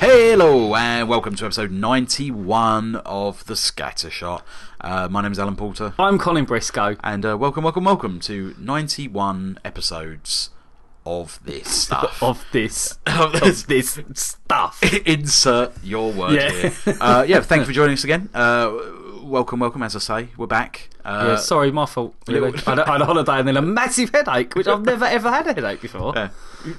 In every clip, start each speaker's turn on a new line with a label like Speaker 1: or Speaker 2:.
Speaker 1: Hello and welcome to episode 91 of The Scattershot. Uh, my name is Alan Porter
Speaker 2: I'm Colin Briscoe.
Speaker 1: and uh, welcome, welcome, welcome to 91 episodes of this stuff.
Speaker 2: Of this,
Speaker 1: Of
Speaker 2: of this stuff.
Speaker 1: Insert your word
Speaker 2: Yeah.
Speaker 1: here. Uh, yeah, thank you for joining us again. Uh, welcome, welcome, as I say, we're back.
Speaker 2: yeah,
Speaker 1: Uh,
Speaker 2: sorry, my fault. Really.
Speaker 1: little-
Speaker 2: I, had a, I had a holiday and then a massive headache, which I've never ever had a headache before.
Speaker 1: yeah.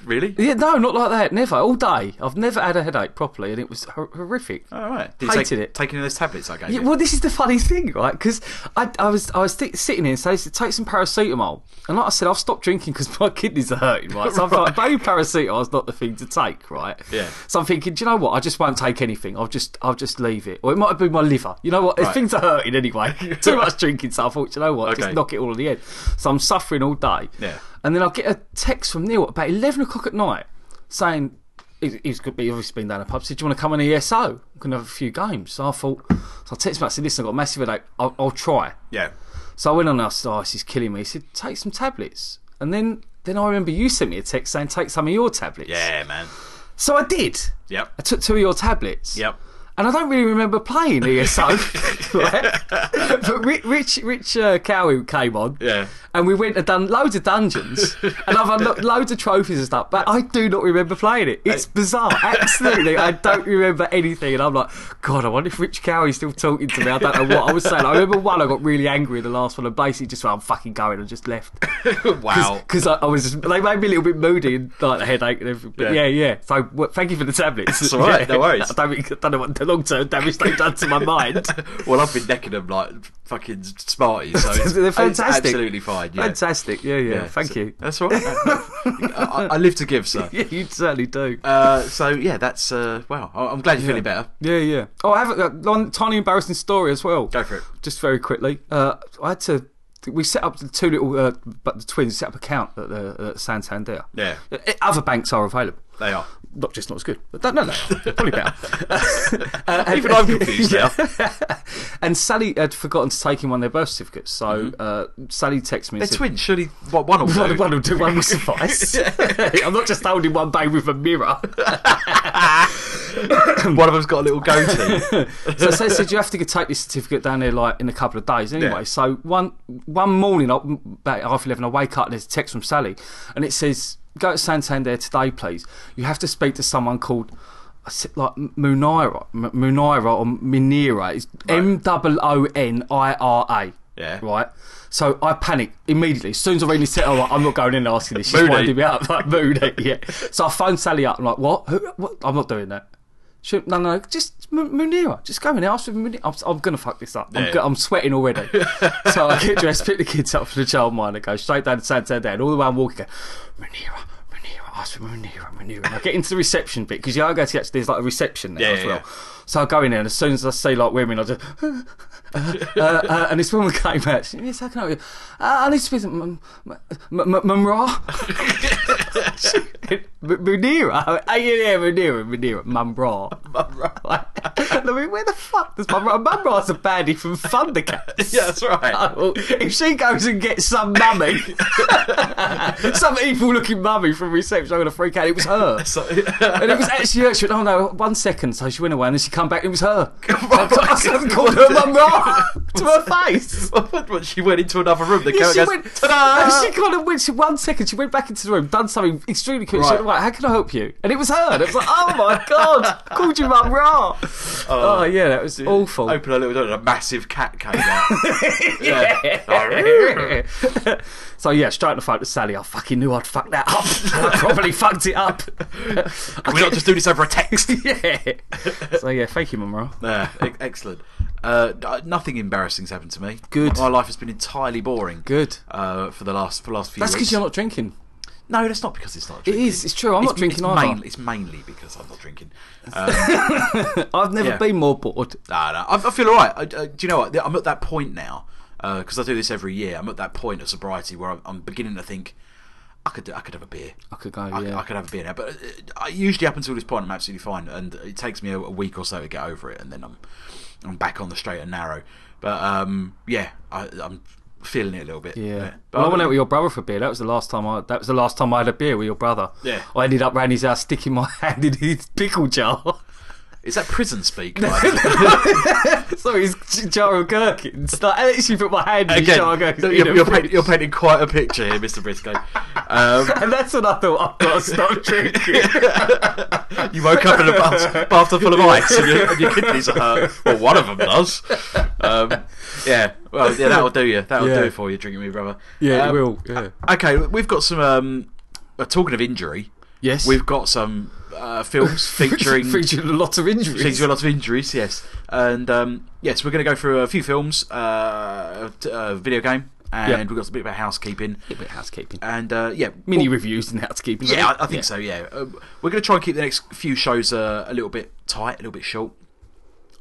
Speaker 1: Really?
Speaker 2: Yeah, no, not like that. Never. All day, I've never had a headache properly, and it was hor- horrific.
Speaker 1: All right. Did
Speaker 2: Hated
Speaker 1: you take,
Speaker 2: it.
Speaker 1: Taking those tablets I gave
Speaker 2: Yeah,
Speaker 1: you.
Speaker 2: well, this is the funny thing, right? Because I, I was, I was sti- sitting here and said, take some paracetamol. And like I said, I've stopped drinking because my kidneys are hurting, right? So I thought, maybe paracetamol's not the thing to take, right?
Speaker 1: Yeah.
Speaker 2: So I'm thinking, do you know what? I just won't take anything. I'll just, I'll just leave it. Or it might have been my liver. You know what?
Speaker 1: Right.
Speaker 2: Things are hurting anyway. Too much drinking, so I thought, you know what?
Speaker 1: Okay.
Speaker 2: Just knock it all in the end. So I'm suffering all day.
Speaker 1: Yeah.
Speaker 2: And then I get a text from Neil at about 11 o'clock at night saying, he- he's could be obviously been down the pub, said, Do you want to come on E ESO? I'm going to have a few games. So I thought, so I texted him, I said, Listen, I've got a massive headache, I'll, I'll try.
Speaker 1: Yeah.
Speaker 2: So I went on and I said, Oh, this is killing me. He said, Take some tablets. And then, then I remember you sent me a text saying, Take some of your tablets.
Speaker 1: Yeah, man.
Speaker 2: So I did. I
Speaker 1: Yep.
Speaker 2: took two of your tablets.
Speaker 1: Yep.
Speaker 2: And I don't really remember playing ESO. right? But Ri- Rich, Rich uh, Cowie came on.
Speaker 1: Yeah.
Speaker 2: And we went and done loads of dungeons. and I've unlocked loads of trophies and stuff. But I do not remember playing it. It's bizarre. Absolutely. I don't remember anything. And I'm like, God, I wonder if Rich Cowie's still talking to me. I don't know what I was saying. I remember one, I got really angry in the last one. And basically just went, I'm fucking going. And just left.
Speaker 1: Wow.
Speaker 2: Because I, I was, they made me a little bit moody and like the headache and everything. But
Speaker 1: Yeah.
Speaker 2: yeah, yeah. So w- thank you for the tablets.
Speaker 1: That's all right, no worries.
Speaker 2: I don't, think- I don't know what the long term damage they've done to my mind.
Speaker 1: Well, I've been necking them like fucking Smarties, so it's,
Speaker 2: They're
Speaker 1: it's
Speaker 2: fantastic.
Speaker 1: absolutely fine. Yeah.
Speaker 2: Fantastic. Yeah, yeah.
Speaker 1: Yeah,
Speaker 2: thank
Speaker 1: so-
Speaker 2: you.
Speaker 1: That's all right. I, I live to give, sir.
Speaker 2: Yeah, you certainly do.
Speaker 1: Uh, so yeah, that's uh, wow. I- I'm glad you're feeling better.
Speaker 2: Yeah, yeah. Oh, I have a, a long, tiny embarrassing story as well.
Speaker 1: Go for it.
Speaker 2: Just very quickly. Uh, I had to. We set up the two little, uh, but the twins set up account at the at Santander.
Speaker 1: Yeah.
Speaker 2: Uh, Other banks are available.
Speaker 1: They are.
Speaker 2: not just not as good, but that, no, no, probably better. uh,
Speaker 1: Even I'm confused
Speaker 2: and Sally had forgotten to take in one of their birth certificates, so uh, Sally texted me.
Speaker 1: They're
Speaker 2: and said,
Speaker 1: twins. Surely what, one will
Speaker 2: One,
Speaker 1: do.
Speaker 2: one will do, one will suffice. I'm not just holding one bag with a mirror.
Speaker 1: One of them's got a little goatee.
Speaker 2: So Sally said, You have to go take this certificate down there like in a couple of days anyway.
Speaker 1: Yeah.
Speaker 2: So one one morning, I- about half 11, I wake up and there's a text from Sally, and it says, Go to Santander today, please. You have to speak to someone called. I said, like Munira, M- Munira or Minira. It's M O O N I R A.
Speaker 1: Yeah.
Speaker 2: Right. So I panic immediately. As soon as I read this, set, I'm like, I'm not going in and asking this. She's
Speaker 1: Moody.
Speaker 2: winding me up like moody. Yeah. So I phoned Sally up. I'm like, what? Who, what? I'm not doing that. She, no, no, just M- Munira. Just go in there. Ask for Munira. I'm, I'm going to fuck this up.
Speaker 1: Yeah.
Speaker 2: I'm, go- I'm sweating already. so I get dressed, pick the kids up from the childminder, go straight down to Santander, and all the way I'm walking, go, Munira, Munira, ask for Munira, Munira. And I get into the reception bit because you are going to get there's like a reception there
Speaker 1: Yeah,
Speaker 2: as
Speaker 1: yeah,
Speaker 2: well.
Speaker 1: yeah.
Speaker 2: So I go in there, and as soon as I see like women, I just. uh, uh, and this woman came out. She, yes, how can I help you? Uh, I need to speak to M- M- M- M- Mumra. She- M- Munira. I went, Oh, yeah, yeah, Munira, Munira, Mumra. Mumra. and I mean, where the fuck does Mumra? Mumra's a baddie from Thundercats.
Speaker 1: yeah, that's right.
Speaker 2: Oh, if she goes and gets some mummy, some evil looking mummy from reception, I'm going to freak out. It was her.
Speaker 1: So,
Speaker 2: And it was actually her. She went, oh no, one second. So she went away and then she come back and it was her. I suddenly called her mum Ra to her face.
Speaker 1: What, she went into another room. The
Speaker 2: Yeah,
Speaker 1: girl
Speaker 2: she
Speaker 1: goes,
Speaker 2: went,
Speaker 1: "Ta-da!"
Speaker 2: she kind of went, she, one second, she went back into the room, done something extremely quick. She
Speaker 1: Right.
Speaker 2: went, right, how can I help you? And it was her. And it was like, oh my God, called you Mum Ra. Oh, yeah, that was "Oh, awful.
Speaker 1: Open her little door, and a massive cat came out.
Speaker 2: Yeah. so yeah, straight on the phone to Sally. I fucking knew I'd fuck that up. I probably fucked it up.
Speaker 1: We're not just doing this over a text.
Speaker 2: yeah. So yeah, thank you, Mum Ra.
Speaker 1: Yeah, e- excellent. Uh, n- nothing embarrassing's happened to me.
Speaker 2: Good.
Speaker 1: My life has been entirely boring.
Speaker 2: Good.
Speaker 1: Uh, for the last for the last few.
Speaker 2: That's
Speaker 1: weeks.
Speaker 2: because you're not drinking.
Speaker 1: No, that's not because it's not.
Speaker 2: It
Speaker 1: drinking.
Speaker 2: is. It's true. I'm not drinking
Speaker 1: it's
Speaker 2: either.
Speaker 1: mainly, it's mainly because I'm not drinking. Um,
Speaker 2: I've never
Speaker 1: Yeah.
Speaker 2: been more bored.
Speaker 1: Nah, nah. I, I feel all right. I, I, do you know what? I'm at that point now because I do this every year. I'm at that point of sobriety where I'm, I'm beginning to think I could do, I could have a beer.
Speaker 2: I could go.
Speaker 1: I,
Speaker 2: yeah.
Speaker 1: I could have a beer now, but uh, I usually up until this point I'm absolutely fine, and it takes me a, a week or so to get over it, and then I'm I'm back on the straight and narrow. But um, yeah, I, I'm feeling it a little bit.
Speaker 2: yeah.
Speaker 1: But
Speaker 2: well, I
Speaker 1: I'm-
Speaker 2: went out with your brother for beer. That was the last time I. That was the last time I had a beer with your brother.
Speaker 1: Yeah.
Speaker 2: I ended up round his house, sticking my hand in his pickle jar.
Speaker 1: Is that prison speak? Right?
Speaker 2: Sorry, it's Jaro Gherkins. Like, I literally put my hand in
Speaker 1: Again,
Speaker 2: Jaro Gherkins.
Speaker 1: you're, you're, paint- you're painting quite a picture here, Mr. Briscoe. Um,
Speaker 2: and that's when I thought, I've got to stop drinking.
Speaker 1: you woke up in a bath, bathtub full of ice, and, your- and your kidneys are hurt. Well, one of them does. Um, yeah, well, yeah, that'll do you. That'll
Speaker 2: Yeah.
Speaker 1: do it for you, drinking me, brother.
Speaker 2: Yeah,
Speaker 1: Um,
Speaker 2: it will. Yeah.
Speaker 1: Okay, we've got some. Um, uh, talking of injury,
Speaker 2: Yes.
Speaker 1: we've got some uh, films featuring
Speaker 2: featuring a lot of injuries.
Speaker 1: She's got lots of injuries, yes. And um, yes, we're going to go through a few films, uh, t- uh, video game, and
Speaker 2: Yeah.
Speaker 1: we've got a bit about housekeeping.
Speaker 2: a bit of housekeeping.
Speaker 1: And uh, yeah,
Speaker 2: Mini
Speaker 1: well,
Speaker 2: reviews and housekeeping.
Speaker 1: yeah, I, I think so. Yeah, um, we're going to try and keep the next few shows uh, a little bit tight, a little bit short.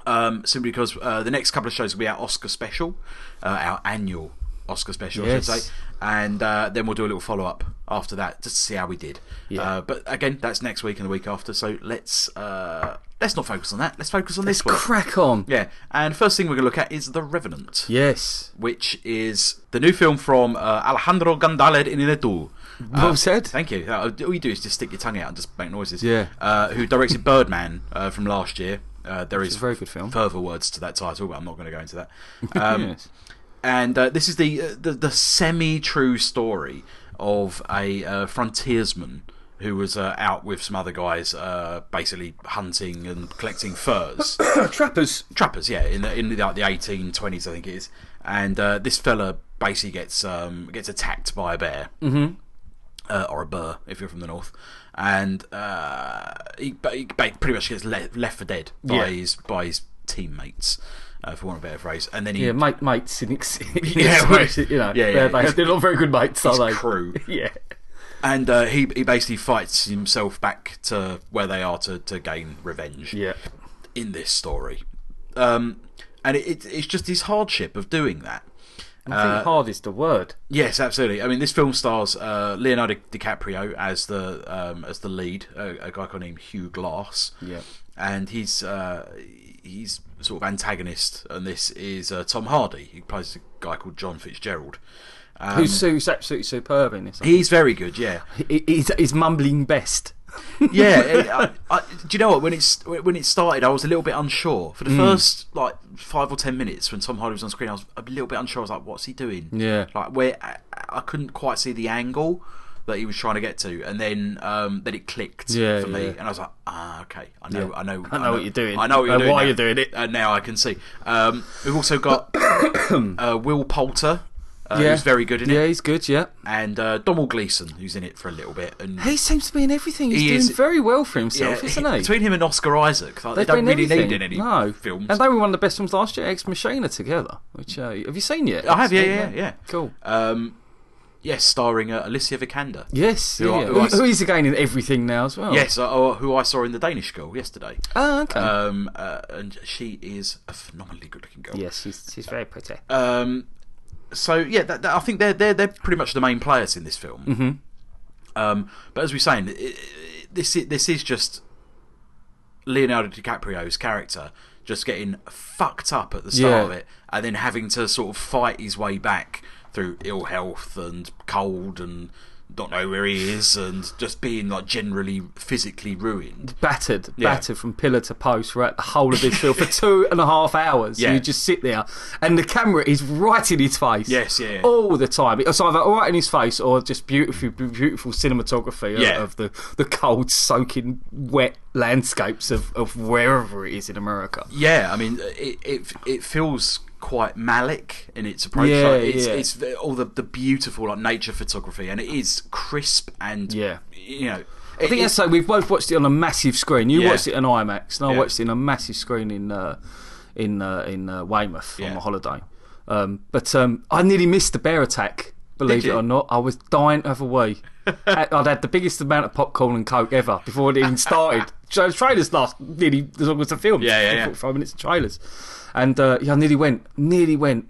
Speaker 1: Um, simply because uh, the next couple of shows will be our Oscar special, uh, our annual Oscar special, I should
Speaker 2: Yes.
Speaker 1: say, and uh, then we'll do a little follow up after that just to see how we did.
Speaker 2: Yeah.
Speaker 1: Uh, but again, that's next week and the week after. So let's uh, let's not focus on that. Let's focus on this one.
Speaker 2: Crack on.
Speaker 1: Yeah, and first thing we're going to look at is The Revenant,
Speaker 2: Yes.
Speaker 1: which is the new film from uh, Alejandro González Iñárritu.
Speaker 2: Well said.
Speaker 1: Thank you. Uh, All you do is just stick your tongue out and just make noises.
Speaker 2: Yeah.
Speaker 1: Uh, who directed Birdman uh, from last year? Uh, there is
Speaker 2: a very good film.
Speaker 1: Further words to that title, but I'm not going to go into that. Um,
Speaker 2: Yes.
Speaker 1: And uh, this is the uh, the, the semi true story of a uh, frontiersman who was uh, out with some other guys, uh, basically hunting and collecting furs.
Speaker 2: Trappers.
Speaker 1: trappers, yeah, in the in the, like, the 1820s, I think it is. And uh, this fella basically gets um, gets attacked by a bear, mm-hmm. uh, or a burr if you're from the north, and uh, he, ba- he ba- pretty much gets le- left for dead by
Speaker 2: Yeah.
Speaker 1: his by his teammates, uh, for want of a better phrase. And then he
Speaker 2: Yeah, mate, mates in ex-
Speaker 1: Yeah, right.
Speaker 2: you know,
Speaker 1: Yeah, yeah,
Speaker 2: they're,
Speaker 1: he's-
Speaker 2: they're not very good mates, are they?
Speaker 1: his crew,
Speaker 2: Yeah.
Speaker 1: and uh, he he basically fights himself back to where they are to to gain revenge.
Speaker 2: Yeah.
Speaker 1: in this story, um, and it, it, it's just his hardship of doing that.
Speaker 2: I
Speaker 1: Uh,
Speaker 2: think hard is the word.
Speaker 1: Yes, absolutely. I mean, this film stars uh, Leonardo DiCaprio as the um, as the lead, a, a guy called named Hugh Glass.
Speaker 2: Yeah.
Speaker 1: and he's uh, he's sort of antagonist, and this is uh, Tom Hardy. He plays a guy called John Fitzgerald. Um,
Speaker 2: who's, who's absolutely superb in this.
Speaker 1: he's very good. Yeah,
Speaker 2: He- he's, he's mumbling best.
Speaker 1: yeah. it- I, I, do you know what? When it's when it started, I was a little bit unsure
Speaker 2: Hmm.
Speaker 1: for the first like five or ten minutes when Tom Hardy was on screen. I was a little bit unsure. I was like, "What's he doing?"
Speaker 2: Yeah.
Speaker 1: like where I, I couldn't quite see the angle that he was trying to get to, and then um, then it clicked
Speaker 2: Yeah,
Speaker 1: for me,
Speaker 2: yeah.
Speaker 1: and I was like, "Ah, okay, I know,
Speaker 2: Yeah.
Speaker 1: I know,
Speaker 2: I know what you're doing.
Speaker 1: I know what
Speaker 2: I
Speaker 1: you're
Speaker 2: know
Speaker 1: doing
Speaker 2: why
Speaker 1: now.
Speaker 2: you're doing it.
Speaker 1: and now I can see." Um, we've also got uh, Will Poulter. Uh,
Speaker 2: yeah.
Speaker 1: Who's very good in
Speaker 2: Yeah,
Speaker 1: it,
Speaker 2: he's good, yeah.
Speaker 1: and uh, Donald Gleason, who's in it for a little bit, and
Speaker 2: He seems to be in everything. He's
Speaker 1: He
Speaker 2: doing
Speaker 1: is-
Speaker 2: very well for himself,
Speaker 1: Yeah,
Speaker 2: isn't he?
Speaker 1: Between him and Oscar Isaac, like, they
Speaker 2: They've
Speaker 1: don't
Speaker 2: been
Speaker 1: really
Speaker 2: everything.
Speaker 1: need in any
Speaker 2: no.
Speaker 1: films.
Speaker 2: And they were one of the best films last year, Ex Machina together. Which uh, have you seen yet?
Speaker 1: I have, yeah,
Speaker 2: It's-
Speaker 1: yeah, yeah.
Speaker 2: Cool.
Speaker 1: Um, yes, starring uh, Alicia Vikander.
Speaker 2: Yes,
Speaker 1: Who
Speaker 2: yeah.
Speaker 1: I-
Speaker 2: yeah.
Speaker 1: who I
Speaker 2: Who,
Speaker 1: s-
Speaker 2: who is again in everything now as well?
Speaker 1: Yes, uh, uh, who I saw in The Danish Girl yesterday.
Speaker 2: Oh, okay.
Speaker 1: Um, uh, and she is a phenomenally good-looking girl.
Speaker 2: yes, she's she's very pretty.
Speaker 1: Um, so yeah, that, that, I think they're they're they're pretty much the main players in this film. Um, but as we were saying, i i this i- this is just Leonardo DiCaprio's character just getting fucked up at the start
Speaker 2: Yeah.
Speaker 1: of it, and then having to sort of fight his way back through ill health and cold and don't know where he is and just being like generally physically ruined.
Speaker 2: Battered,
Speaker 1: Yeah.
Speaker 2: battered from pillar to post, right? The whole of this film for two and a half hours.
Speaker 1: Yeah.
Speaker 2: You just sit there, and the camera is right in his face.
Speaker 1: Yes, yeah.
Speaker 2: All the time. It's either right in his face or just beautiful, beautiful cinematography of,
Speaker 1: Yeah.
Speaker 2: of the, the cold, soaking, wet landscapes of, of wherever it is in America.
Speaker 1: Yeah, I mean, it it, it feels quite Malick in its approach.
Speaker 2: Yeah,
Speaker 1: like, it's,
Speaker 2: yeah.
Speaker 1: it's the- all the, the beautiful like nature photography, and it is crisp and
Speaker 2: Yeah.
Speaker 1: you know.
Speaker 2: I think that's so. We've both watched it on a massive screen. You
Speaker 1: Yeah.
Speaker 2: watched it on IMAX, and I
Speaker 1: Yeah.
Speaker 2: watched it on a massive screen in uh, in uh, in uh, Weymouth on
Speaker 1: Yeah.
Speaker 2: my holiday. Um, but um, I nearly missed the bear attack. Believe
Speaker 1: Did
Speaker 2: it
Speaker 1: you?
Speaker 2: or not, I was dying to have a wee. I- I'd had the biggest amount of popcorn and coke ever before it even started. So the trailers last nearly as long as the film.
Speaker 1: Yeah, yeah, yeah.
Speaker 2: Forty-five minutes of trailers, and uh, yeah, I nearly went, nearly went.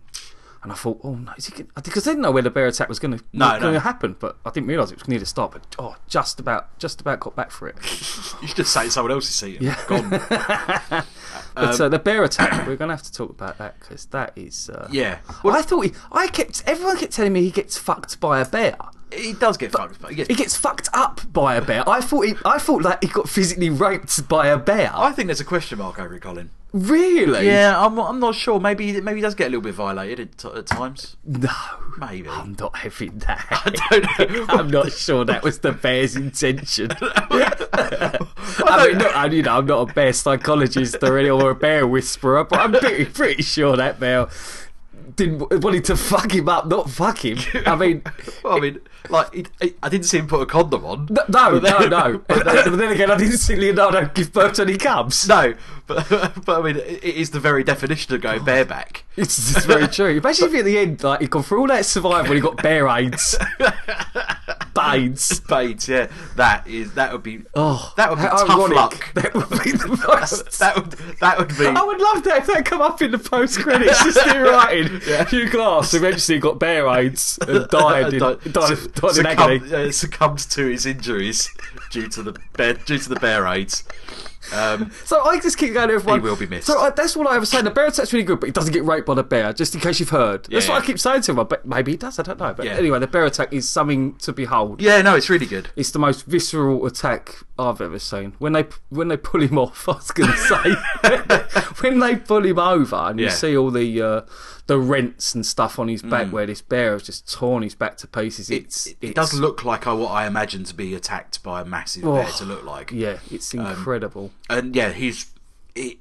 Speaker 2: And I thought, oh no, is he gonna, because I didn't know where the bear attack was going to
Speaker 1: No,
Speaker 2: going to
Speaker 1: no.
Speaker 2: happen, but I didn't realise it was near the start. But oh, just about, just about got back for it.
Speaker 1: you should have sat in someone else's seat. And gone. Um,
Speaker 2: But uh, the bear attack, we're going to have to talk about that because that is. Uh,
Speaker 1: Yeah.
Speaker 2: Well, I thought he, I kept everyone kept telling me he gets fucked by a bear,
Speaker 1: He does get fucked, but he gets.
Speaker 2: He gets fucked up by a bear. I thought he, I thought that he got physically raped by a bear.
Speaker 1: I think there's a question mark over it, Colin.
Speaker 2: really?
Speaker 1: Yeah, I'm, I'm not sure. Maybe maybe he does get a little bit violated at, t- at times.
Speaker 2: No.
Speaker 1: Maybe.
Speaker 2: I'm not having that.
Speaker 1: I don't know.
Speaker 2: I'm not sure that was the bear's intention. I
Speaker 1: don't-
Speaker 2: mean, look, I, you know, I'm not a bear psychologist or any or a bear whisperer, but I'm pretty, pretty sure that bear didn't wanted to fuck him up, not fuck him. I mean,
Speaker 1: Well, I mean, like he, he- I didn't see him put a condom on.
Speaker 2: no, no,
Speaker 1: then-
Speaker 2: no. But then again, I didn't see Leonardo give birth to any cubs.
Speaker 1: No, but but I mean, it it is the very definition of going bareback.
Speaker 2: It's, it's very true. Imagine if at the end, like, he'd gone through all that survival, he got bear aids, bades.
Speaker 1: Spades, yeah, that is that would be
Speaker 2: Oh,
Speaker 1: that would be
Speaker 2: how
Speaker 1: tough
Speaker 2: ironic.
Speaker 1: luck.
Speaker 2: That would be the most.
Speaker 1: That would that would be.
Speaker 2: I would love that if that come up in the post credits. Just do writing.
Speaker 1: Yeah.
Speaker 2: Hugh Glass eventually got bear aids and died in,
Speaker 1: Di-
Speaker 2: died, died in agony.
Speaker 1: succumbed, uh, succumbed to his injuries due to the bear, due to the bear aids. Um,
Speaker 2: So I just keep going to everyone.
Speaker 1: He will be missed.
Speaker 2: So I, that's what I was saying. The bear attack's really good, but he doesn't get raped by the bear. Just in case you've heard, that's
Speaker 1: Yeah,
Speaker 2: what
Speaker 1: yeah.
Speaker 2: I keep saying to everyone. But maybe he does. I don't know. But
Speaker 1: Yeah.
Speaker 2: anyway, the bear attack is something to behold.
Speaker 1: yeah, no, it's really good.
Speaker 2: It's the most visceral attack I've ever seen. When they when they pull him off, I was going to say when they pull him over and
Speaker 1: Yeah.
Speaker 2: you see all the uh, the rents and stuff on his back where this bear has just torn his back to pieces. It's
Speaker 1: it,
Speaker 2: it's-
Speaker 1: it does look like I, what I imagine to be attacked by a massive bear
Speaker 2: Oh.
Speaker 1: to look like.
Speaker 2: yeah, it's incredible.
Speaker 1: and yeah, he's. He,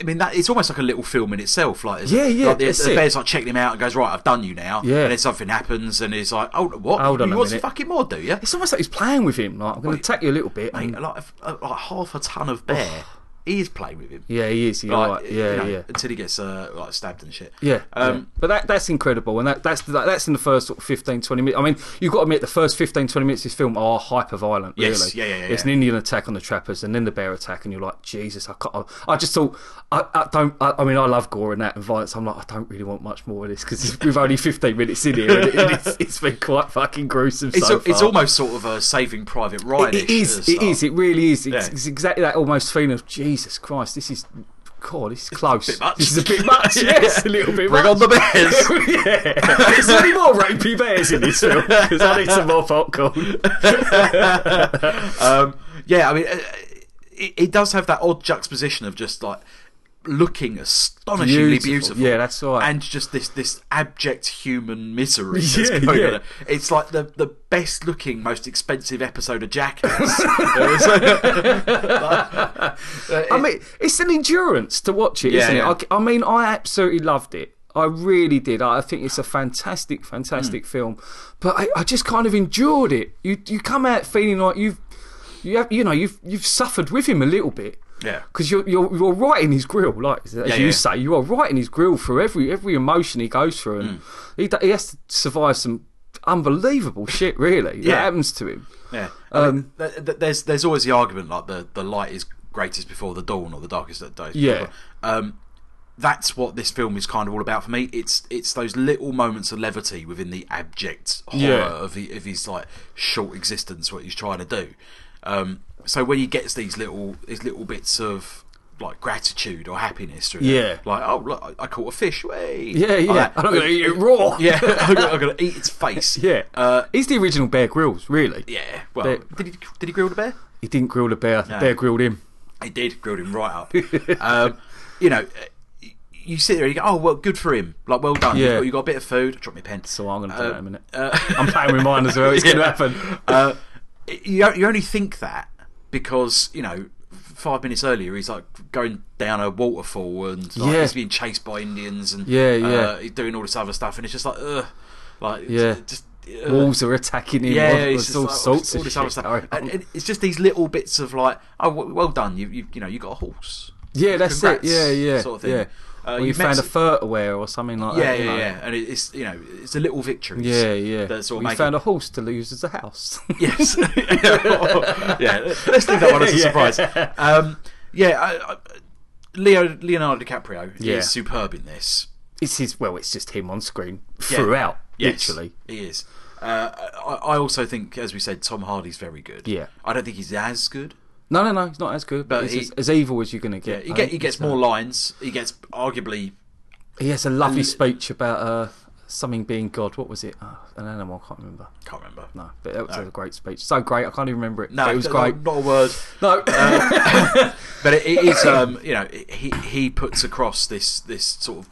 Speaker 1: I mean, that it's almost like a little film in itself. Like, there's-
Speaker 2: Yeah, yeah,
Speaker 1: like the,
Speaker 2: that's
Speaker 1: the
Speaker 2: it.
Speaker 1: bear's like checking him out and goes, "Right, I've done you now."
Speaker 2: Yeah.
Speaker 1: and then something happens, and he's like, "Oh, what?
Speaker 2: Hold
Speaker 1: you
Speaker 2: on a
Speaker 1: want some
Speaker 2: minute.
Speaker 1: fucking more, do you?"
Speaker 2: it's almost like he's playing with him. Like I'm going to attack you a little bit.
Speaker 1: Mate,
Speaker 2: and-
Speaker 1: like, a- uh, like half a ton of bear, he is playing with him.
Speaker 2: yeah, he is. You're
Speaker 1: Like,
Speaker 2: right.
Speaker 1: you
Speaker 2: Yeah,
Speaker 1: know,
Speaker 2: yeah.
Speaker 1: Until he gets uh, like stabbed and shit.
Speaker 2: Yeah,
Speaker 1: Um,
Speaker 2: yeah. but that that's incredible, and that that's that, that's in the first sort of 15, 20 minutes. I mean, you've got to admit the first 15, 20 minutes of this film are hyper violent.
Speaker 1: Yes,
Speaker 2: really.
Speaker 1: yeah, yeah, yeah,
Speaker 2: It's
Speaker 1: yeah.
Speaker 2: an Indian attack on the trappers, and then the bear attack, and you're like, Jesus, I can't. I, I just thought, I, I don't. I, I mean, I love gore and that and violence. I'm like, I don't really want much more of this because we've only fifteen minutes in here, and, it, and it's, it's been quite fucking gruesome.
Speaker 1: It's,
Speaker 2: so
Speaker 1: al- it's
Speaker 2: far.
Speaker 1: almost sort of a Saving Private Ryan.
Speaker 2: It is. It is. It really is. It's,
Speaker 1: Yeah.
Speaker 2: it's exactly that almost feeling of Jesus Christ. This is God. This is close.
Speaker 1: bit much.
Speaker 2: This is a bit much.
Speaker 1: Yeah.
Speaker 2: Yes, a little bit.
Speaker 1: Bring
Speaker 2: much.
Speaker 1: on the bears.
Speaker 2: yeah. Is there any more rapey bears in this film? Because I need some more popcorn.
Speaker 1: um, yeah, I mean, uh, it, it does have that odd juxtaposition of just like looking astonishingly beautiful,
Speaker 2: Beautiful. Yeah, that's right.
Speaker 1: and just this this abject human misery. That's
Speaker 2: Yeah,
Speaker 1: going
Speaker 2: yeah.
Speaker 1: on. It's like the the best looking, most expensive episode of Jackass. There is, uh,
Speaker 2: I mean, it's an endurance to watch it,
Speaker 1: Yeah,
Speaker 2: not
Speaker 1: yeah.
Speaker 2: it? I, I mean, I absolutely loved it. I really did. I I think it's a fantastic,
Speaker 1: Hmm.
Speaker 2: fantastic film. But I, I just kind of endured it. You you come out feeling like you've you have you know you've you've suffered with him a little bit.
Speaker 1: Yeah.
Speaker 2: Because you're you're you're right in his grill, like as you
Speaker 1: yeah.
Speaker 2: say, you are right in his grill for every every emotion he goes through, and
Speaker 1: Mm.
Speaker 2: he d- he has to survive some unbelievable shit. Really, that
Speaker 1: Yeah.
Speaker 2: happens to him.
Speaker 1: Yeah. I
Speaker 2: Um,
Speaker 1: mean, th- th- there's there's always the argument like the, the light is greatest before the dawn or the darkest at days. before
Speaker 2: Yeah.
Speaker 1: the dawn. Um, that's what this film is kind of all about for me. It's it's those little moments of levity within the abject horror
Speaker 2: Yeah.
Speaker 1: of, the, of his like short existence, what he's trying to do. Um, so when he gets these little these little bits of like gratitude or happiness, through it,
Speaker 2: Yeah.
Speaker 1: like oh look, I- I caught a fish, way,
Speaker 2: Yeah, yeah. I'm not gonna eat it raw.
Speaker 1: yeah, I'm gonna, I'm gonna eat its face,
Speaker 2: Yeah,
Speaker 1: uh,
Speaker 2: he's the original Bear Grylls, really.
Speaker 1: yeah. Well,
Speaker 2: But-
Speaker 1: did he did he grill the bear?
Speaker 2: He didn't grill the bear. The bear grilled him.
Speaker 1: He did, grilled him right up. um, you know, y- you sit there and you go, oh, well, good for him. Like, well done.
Speaker 2: Yeah.
Speaker 1: You, got, you got a bit of food. Drop me a pen.
Speaker 2: So I'm going to do
Speaker 1: Uh,
Speaker 2: that in a minute.
Speaker 1: uh,
Speaker 2: I'm playing with mine as well. It's going
Speaker 1: Yeah.
Speaker 2: to happen.
Speaker 1: uh, you, you only think that because, you know, five minutes earlier he's like going down a waterfall and like,
Speaker 2: Yeah.
Speaker 1: he's being chased by Indians and
Speaker 2: Yeah, yeah.
Speaker 1: Uh, he's doing all this other stuff and it's just like, ugh. Like,
Speaker 2: Yeah.
Speaker 1: just.
Speaker 2: Wolves are attacking him.
Speaker 1: Uh, Yeah,
Speaker 2: Yeah,
Speaker 1: it's
Speaker 2: all
Speaker 1: just like,
Speaker 2: sorts
Speaker 1: all
Speaker 2: of
Speaker 1: this
Speaker 2: shit.
Speaker 1: other stuff.
Speaker 2: going on.
Speaker 1: And, and it's just these little bits of like, oh, w- well done, you you, you know, you got a horse.
Speaker 2: yeah, that's
Speaker 1: Congrats,
Speaker 2: it. Yeah, yeah,
Speaker 1: sort of thing.
Speaker 2: yeah.
Speaker 1: Uh,
Speaker 2: or
Speaker 1: you
Speaker 2: you, found
Speaker 1: met-
Speaker 2: a fur to wear or something like
Speaker 1: Yeah,
Speaker 2: that. you
Speaker 1: yeah,
Speaker 2: know.
Speaker 1: yeah, and it- it's you know it's the little victories.
Speaker 2: Yeah, yeah.
Speaker 1: That sort
Speaker 2: Or
Speaker 1: of
Speaker 2: you
Speaker 1: make
Speaker 2: found
Speaker 1: it-
Speaker 2: a horse to lose as a house.
Speaker 1: yes, yeah. Let's leave that one as a
Speaker 2: Yeah.
Speaker 1: surprise. Um, yeah, I, I, Leo Leonardo DiCaprio
Speaker 2: Yeah.
Speaker 1: is superb in this.
Speaker 2: it's his. Well, it's just him on screen
Speaker 1: Yeah.
Speaker 2: throughout.
Speaker 1: Yes,
Speaker 2: Literally.
Speaker 1: he is. Uh, I, I also think, as we said, Tom Hardy's very good.
Speaker 2: Yeah.
Speaker 1: I don't think he's as good.
Speaker 2: No, no, no. He's not as good, but,
Speaker 1: But
Speaker 2: he's
Speaker 1: he-
Speaker 2: as, as evil as you're going to
Speaker 1: Yeah,
Speaker 2: get.
Speaker 1: he,
Speaker 2: I
Speaker 1: get,
Speaker 2: think
Speaker 1: he
Speaker 2: he's
Speaker 1: gets
Speaker 2: not.
Speaker 1: more lines. He gets arguably
Speaker 2: He has a lovely speech about uh, something being God. What was it? Oh, an animal. I can't remember.
Speaker 1: Can't remember.
Speaker 2: No, but it was a great speech. So great. I can't even remember it.
Speaker 1: No,
Speaker 2: it was
Speaker 1: no,
Speaker 2: great. Uh,
Speaker 1: Not a word.
Speaker 2: No,
Speaker 1: But it, it is, um, you know, he he puts across this this sort of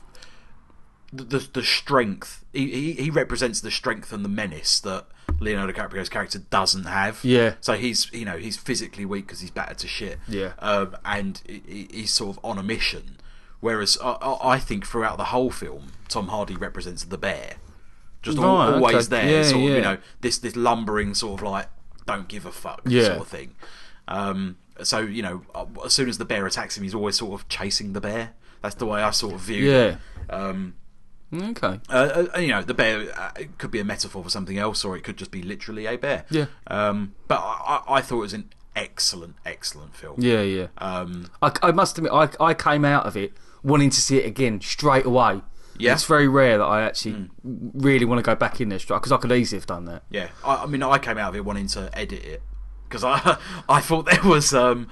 Speaker 1: the the, the strength. He, he he represents the strength and the menace that Leonardo DiCaprio's character doesn't have.
Speaker 2: Yeah.
Speaker 1: So he's you know he's physically weak because he's battered to shit.
Speaker 2: Yeah.
Speaker 1: Um, and he- he, he's sort of on a mission. Whereas I- I, I think throughout the whole film, Tom Hardy represents the bear, just al-
Speaker 2: Right,
Speaker 1: always
Speaker 2: okay.
Speaker 1: there,
Speaker 2: Yeah,
Speaker 1: sort of
Speaker 2: yeah.
Speaker 1: you know this this lumbering sort of like don't give a fuck
Speaker 2: Yeah.
Speaker 1: sort of thing. Um, so you know, uh, as soon as the bear attacks him, he's always sort of chasing the bear. That's the way I sort of view.
Speaker 2: yeah.
Speaker 1: Um,
Speaker 2: Okay.
Speaker 1: uh, uh, you know, the bear uh, it could be a metaphor for something else, or it could just be literally a bear.
Speaker 2: Yeah.
Speaker 1: Um, but I, I I thought it was an excellent, excellent film.
Speaker 2: Yeah, yeah.
Speaker 1: Um,
Speaker 2: I, I must admit, I, I came out of it wanting to see it again straight away.
Speaker 1: Yeah. Hmm.
Speaker 2: It's very rare that I actually really want to go back in there because I could easily have done that.
Speaker 1: yeah. I, I mean, I came out of it wanting to edit it because I I thought there was um,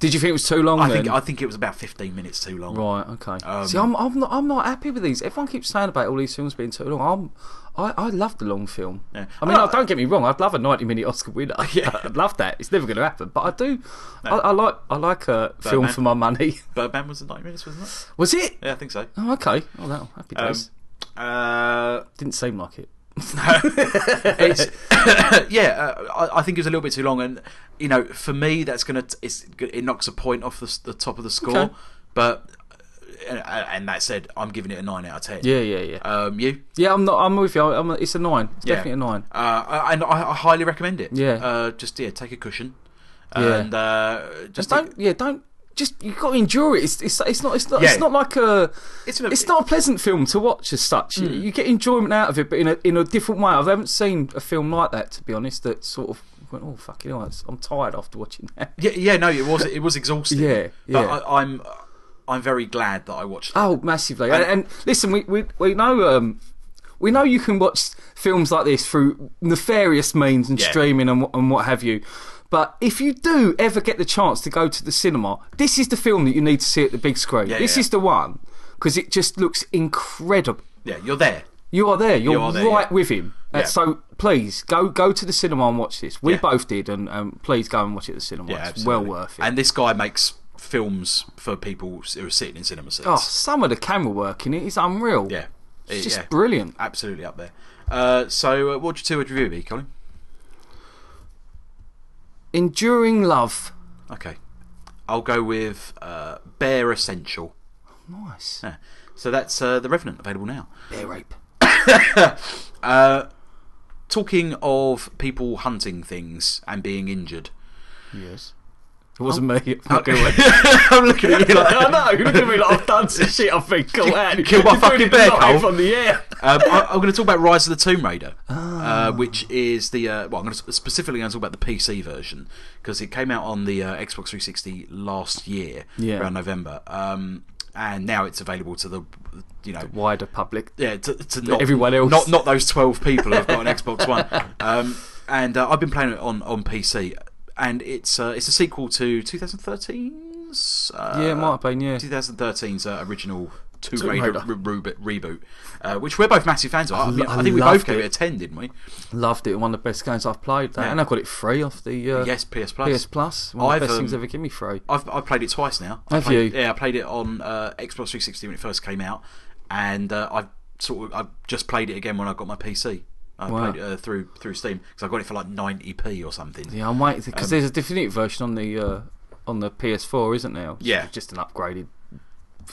Speaker 2: Did you think it was too long?
Speaker 1: I
Speaker 2: then?
Speaker 1: think I think it was about fifteen minutes too long.
Speaker 2: Right. Okay.
Speaker 1: Um,
Speaker 2: See, I'm, I'm not I'm not happy with these. Everyone keeps saying about all these films being too long. I'm I, I love the long film.
Speaker 1: Yeah. Oh.
Speaker 2: I mean,
Speaker 1: I-
Speaker 2: I, don't get me wrong. I'd love a 90 minute Oscar winner. I'd love that. It's never going to happen. But I do. I, I like I like a film
Speaker 1: Birdman.
Speaker 2: for my money.
Speaker 1: Birdman was ninety minutes, wasn't it?
Speaker 2: Was it?
Speaker 1: Yeah, I think so.
Speaker 2: Oh, okay. Oh, that happy
Speaker 1: Um,
Speaker 2: days.
Speaker 1: uh,
Speaker 2: Didn't seem like it.
Speaker 1: it's, yeah, uh, I, I think it was a little bit too long, and you know, for me, that's gonna t- it's, it knocks a point off the, s- the top of the score.
Speaker 2: Okay.
Speaker 1: But and, and that said, I'm giving it a nine out of ten.
Speaker 2: Yeah, yeah, yeah.
Speaker 1: Um, you?
Speaker 2: yeah, I'm not. I'm with you. I'm, it's a nine. It's
Speaker 1: Yeah.
Speaker 2: definitely a nine.
Speaker 1: Uh, I- and I, I highly recommend it.
Speaker 2: Yeah.
Speaker 1: Uh, just yeah, take a cushion.
Speaker 2: Yeah.
Speaker 1: And uh, just
Speaker 2: Just don't. Yeah, don't. Just you got to endure it. It's it's, it's not it's not
Speaker 1: Yeah.
Speaker 2: it's not like a
Speaker 1: It's
Speaker 2: it's,
Speaker 1: a-
Speaker 2: not a pleasant film to watch as such. You,
Speaker 1: Mm.
Speaker 2: you get enjoyment out of it, but in a in a different way. I haven't seen a film like that to be honest. That sort of went oh fucking hell, it's- I'm tired after watching that.
Speaker 1: yeah, yeah, no, it was it was exhausting.
Speaker 2: Yeah,
Speaker 1: But
Speaker 2: yeah.
Speaker 1: I, I'm I'm very glad that I watched. it.
Speaker 2: Oh, massively. And, and listen, we, we we know um we know you can watch films like this through nefarious means and
Speaker 1: Yeah.
Speaker 2: streaming and wh- and what have you. But if you do ever get the chance to go to the cinema, this is the film that you need to see at the big screen.
Speaker 1: Yeah,
Speaker 2: this
Speaker 1: yeah.
Speaker 2: is the one because it just looks incredible.
Speaker 1: Yeah, you're there.
Speaker 2: You are there. You're
Speaker 1: You are there,
Speaker 2: right
Speaker 1: yeah.
Speaker 2: with him. Uh,
Speaker 1: Yeah.
Speaker 2: So please go go to the cinema and watch this. We
Speaker 1: Yeah.
Speaker 2: both did, and um, please go and watch it at the cinema.
Speaker 1: Yeah,
Speaker 2: it's
Speaker 1: absolutely.
Speaker 2: well worth it.
Speaker 1: And this guy makes films for people who are sitting in cinema seats.
Speaker 2: oh, some of the camera work in it is unreal.
Speaker 1: Yeah,
Speaker 2: it's
Speaker 1: It-
Speaker 2: just
Speaker 1: yeah.
Speaker 2: brilliant.
Speaker 1: absolutely up there. Uh, so, uh, what would your two word review be, Colin?
Speaker 2: Enduring love.
Speaker 1: Okay, I'll go with uh, Bear Essential.
Speaker 2: Nice.
Speaker 1: Yeah. So that's uh, the Revenant available now.
Speaker 2: Bear rape.
Speaker 1: Uh, talking of people hunting things and being injured.
Speaker 2: Yes. It wasn't me. I'm not gonna lie.
Speaker 1: I'm looking at you like
Speaker 2: I know. You're looking at me like I've done some shit. I've been caught out.
Speaker 1: Kill my
Speaker 2: You're doing
Speaker 1: fucking
Speaker 2: it
Speaker 1: bear,
Speaker 2: live
Speaker 1: Cole.
Speaker 2: on the air.
Speaker 1: um, I, I'm going to talk about Rise of the Tomb Raider,
Speaker 2: Ah.
Speaker 1: uh, which is the uh, well. I'm going to specifically going to talk about the PC version because it came out on the uh, Xbox 360 last year,
Speaker 2: Yeah.
Speaker 1: around November, um, and now it's available to the you know
Speaker 2: Wider public.
Speaker 1: yeah to, to not,
Speaker 2: everyone else.
Speaker 1: not not those 12 people who've got an Xbox One. Um, and uh, I've been playing it on on PC, and it's uh, it's a sequel to 2013's uh,
Speaker 2: Yeah, it might have been, yeah.
Speaker 1: 2013's uh, original Tomb
Speaker 2: Tomb
Speaker 1: Raider,
Speaker 2: Raider.
Speaker 1: re- reboot, reboot uh, which we're both massive fans of. I, mean,
Speaker 2: lo-
Speaker 1: I
Speaker 2: I
Speaker 1: think we
Speaker 2: loved
Speaker 1: both gave
Speaker 2: it.
Speaker 1: it a 10, didn't we?
Speaker 2: Loved it. One of the best games I've played. That.
Speaker 1: Yeah.
Speaker 2: And I got it free off the uh,
Speaker 1: Yes, PS Plus.
Speaker 2: PS Plus. One of the
Speaker 1: I've,
Speaker 2: best things
Speaker 1: um,
Speaker 2: ever give me free.
Speaker 1: I've, I've played it twice now. I
Speaker 2: Have
Speaker 1: played-
Speaker 2: you?
Speaker 1: Yeah, I played it on uh, Xbox 360 when it first came out, and uh, I've sort of I've just played it again when I got my PC. I
Speaker 2: Wow.
Speaker 1: played it uh, through through Steam because I got it for like 90p or something.
Speaker 2: Yeah, I'm waiting
Speaker 1: Um,
Speaker 2: because there's a definitive version on the uh, on the PS4, isn't there? It's
Speaker 1: Yeah.
Speaker 2: just an upgraded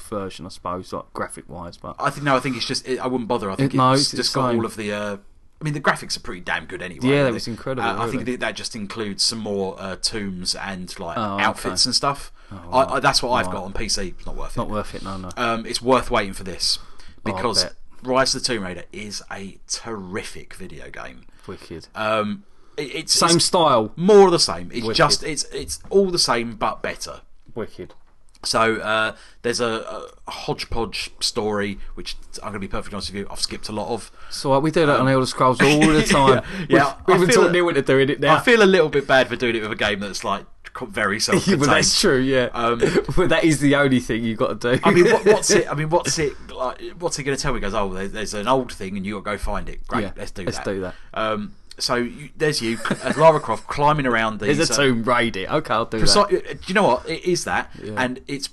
Speaker 2: version, I suppose, like graphic wise. But
Speaker 1: I think no, I think it's just it, I wouldn't bother. I think
Speaker 2: no,
Speaker 1: it's,
Speaker 2: it's-
Speaker 1: just
Speaker 2: it's
Speaker 1: got
Speaker 2: fine.
Speaker 1: all of the. Uh, I mean, the graphics are pretty damn good anyway.
Speaker 2: Yeah, that
Speaker 1: They-
Speaker 2: was incredible,
Speaker 1: Uh, I think
Speaker 2: really.
Speaker 1: that- that just includes some more uh, tombs and like
Speaker 2: Oh,
Speaker 1: outfits
Speaker 2: okay. Oh,
Speaker 1: and stuff.
Speaker 2: right.
Speaker 1: I, I, that's what I've
Speaker 2: Right.
Speaker 1: got on PC. It's not worth
Speaker 2: not
Speaker 1: it.
Speaker 2: worth it. No, no.
Speaker 1: um, it's worth waiting for this
Speaker 2: Oh, I
Speaker 1: because
Speaker 2: bet.
Speaker 1: Rise of the Tomb Raider is a terrific video game.
Speaker 2: Wicked.
Speaker 1: Um, it, it's
Speaker 2: Same
Speaker 1: it's
Speaker 2: style.
Speaker 1: more of the same. It's
Speaker 2: Wicked.
Speaker 1: just it's it's all the same but better.
Speaker 2: Wicked.
Speaker 1: So uh, there's a, a hodgepodge story which I'm going to be perfectly honest with you. I've skipped a lot of.
Speaker 2: So like, we do that on Elder Scrolls all the time.
Speaker 1: Um, Yeah, yeah,
Speaker 2: We've,
Speaker 1: I feel
Speaker 2: we've been talking
Speaker 1: that-
Speaker 2: Neil into doing it
Speaker 1: I
Speaker 2: now.
Speaker 1: feel a little bit bad for doing it with a game that's like co- very
Speaker 2: Yeah,
Speaker 1: self-contained.
Speaker 2: but that's true. Yeah,
Speaker 1: Um,
Speaker 2: but that is the only thing you've got to do.
Speaker 1: I mean, what, what's it? I mean, what's it? Like, what's he going to tell me? He Goes, oh, there- there's an old thing, and you got to go find it. Great,
Speaker 2: Yeah,
Speaker 1: let's do
Speaker 2: let's
Speaker 1: that.
Speaker 2: do that.
Speaker 1: Um, so you, there's you, as Lara Croft, climbing around these.
Speaker 2: There's a
Speaker 1: uh,
Speaker 2: tomb raid it. Okay, I'll do
Speaker 1: preci- uh,
Speaker 2: that.
Speaker 1: Do you know what? It is that,
Speaker 2: Yeah.
Speaker 1: and it's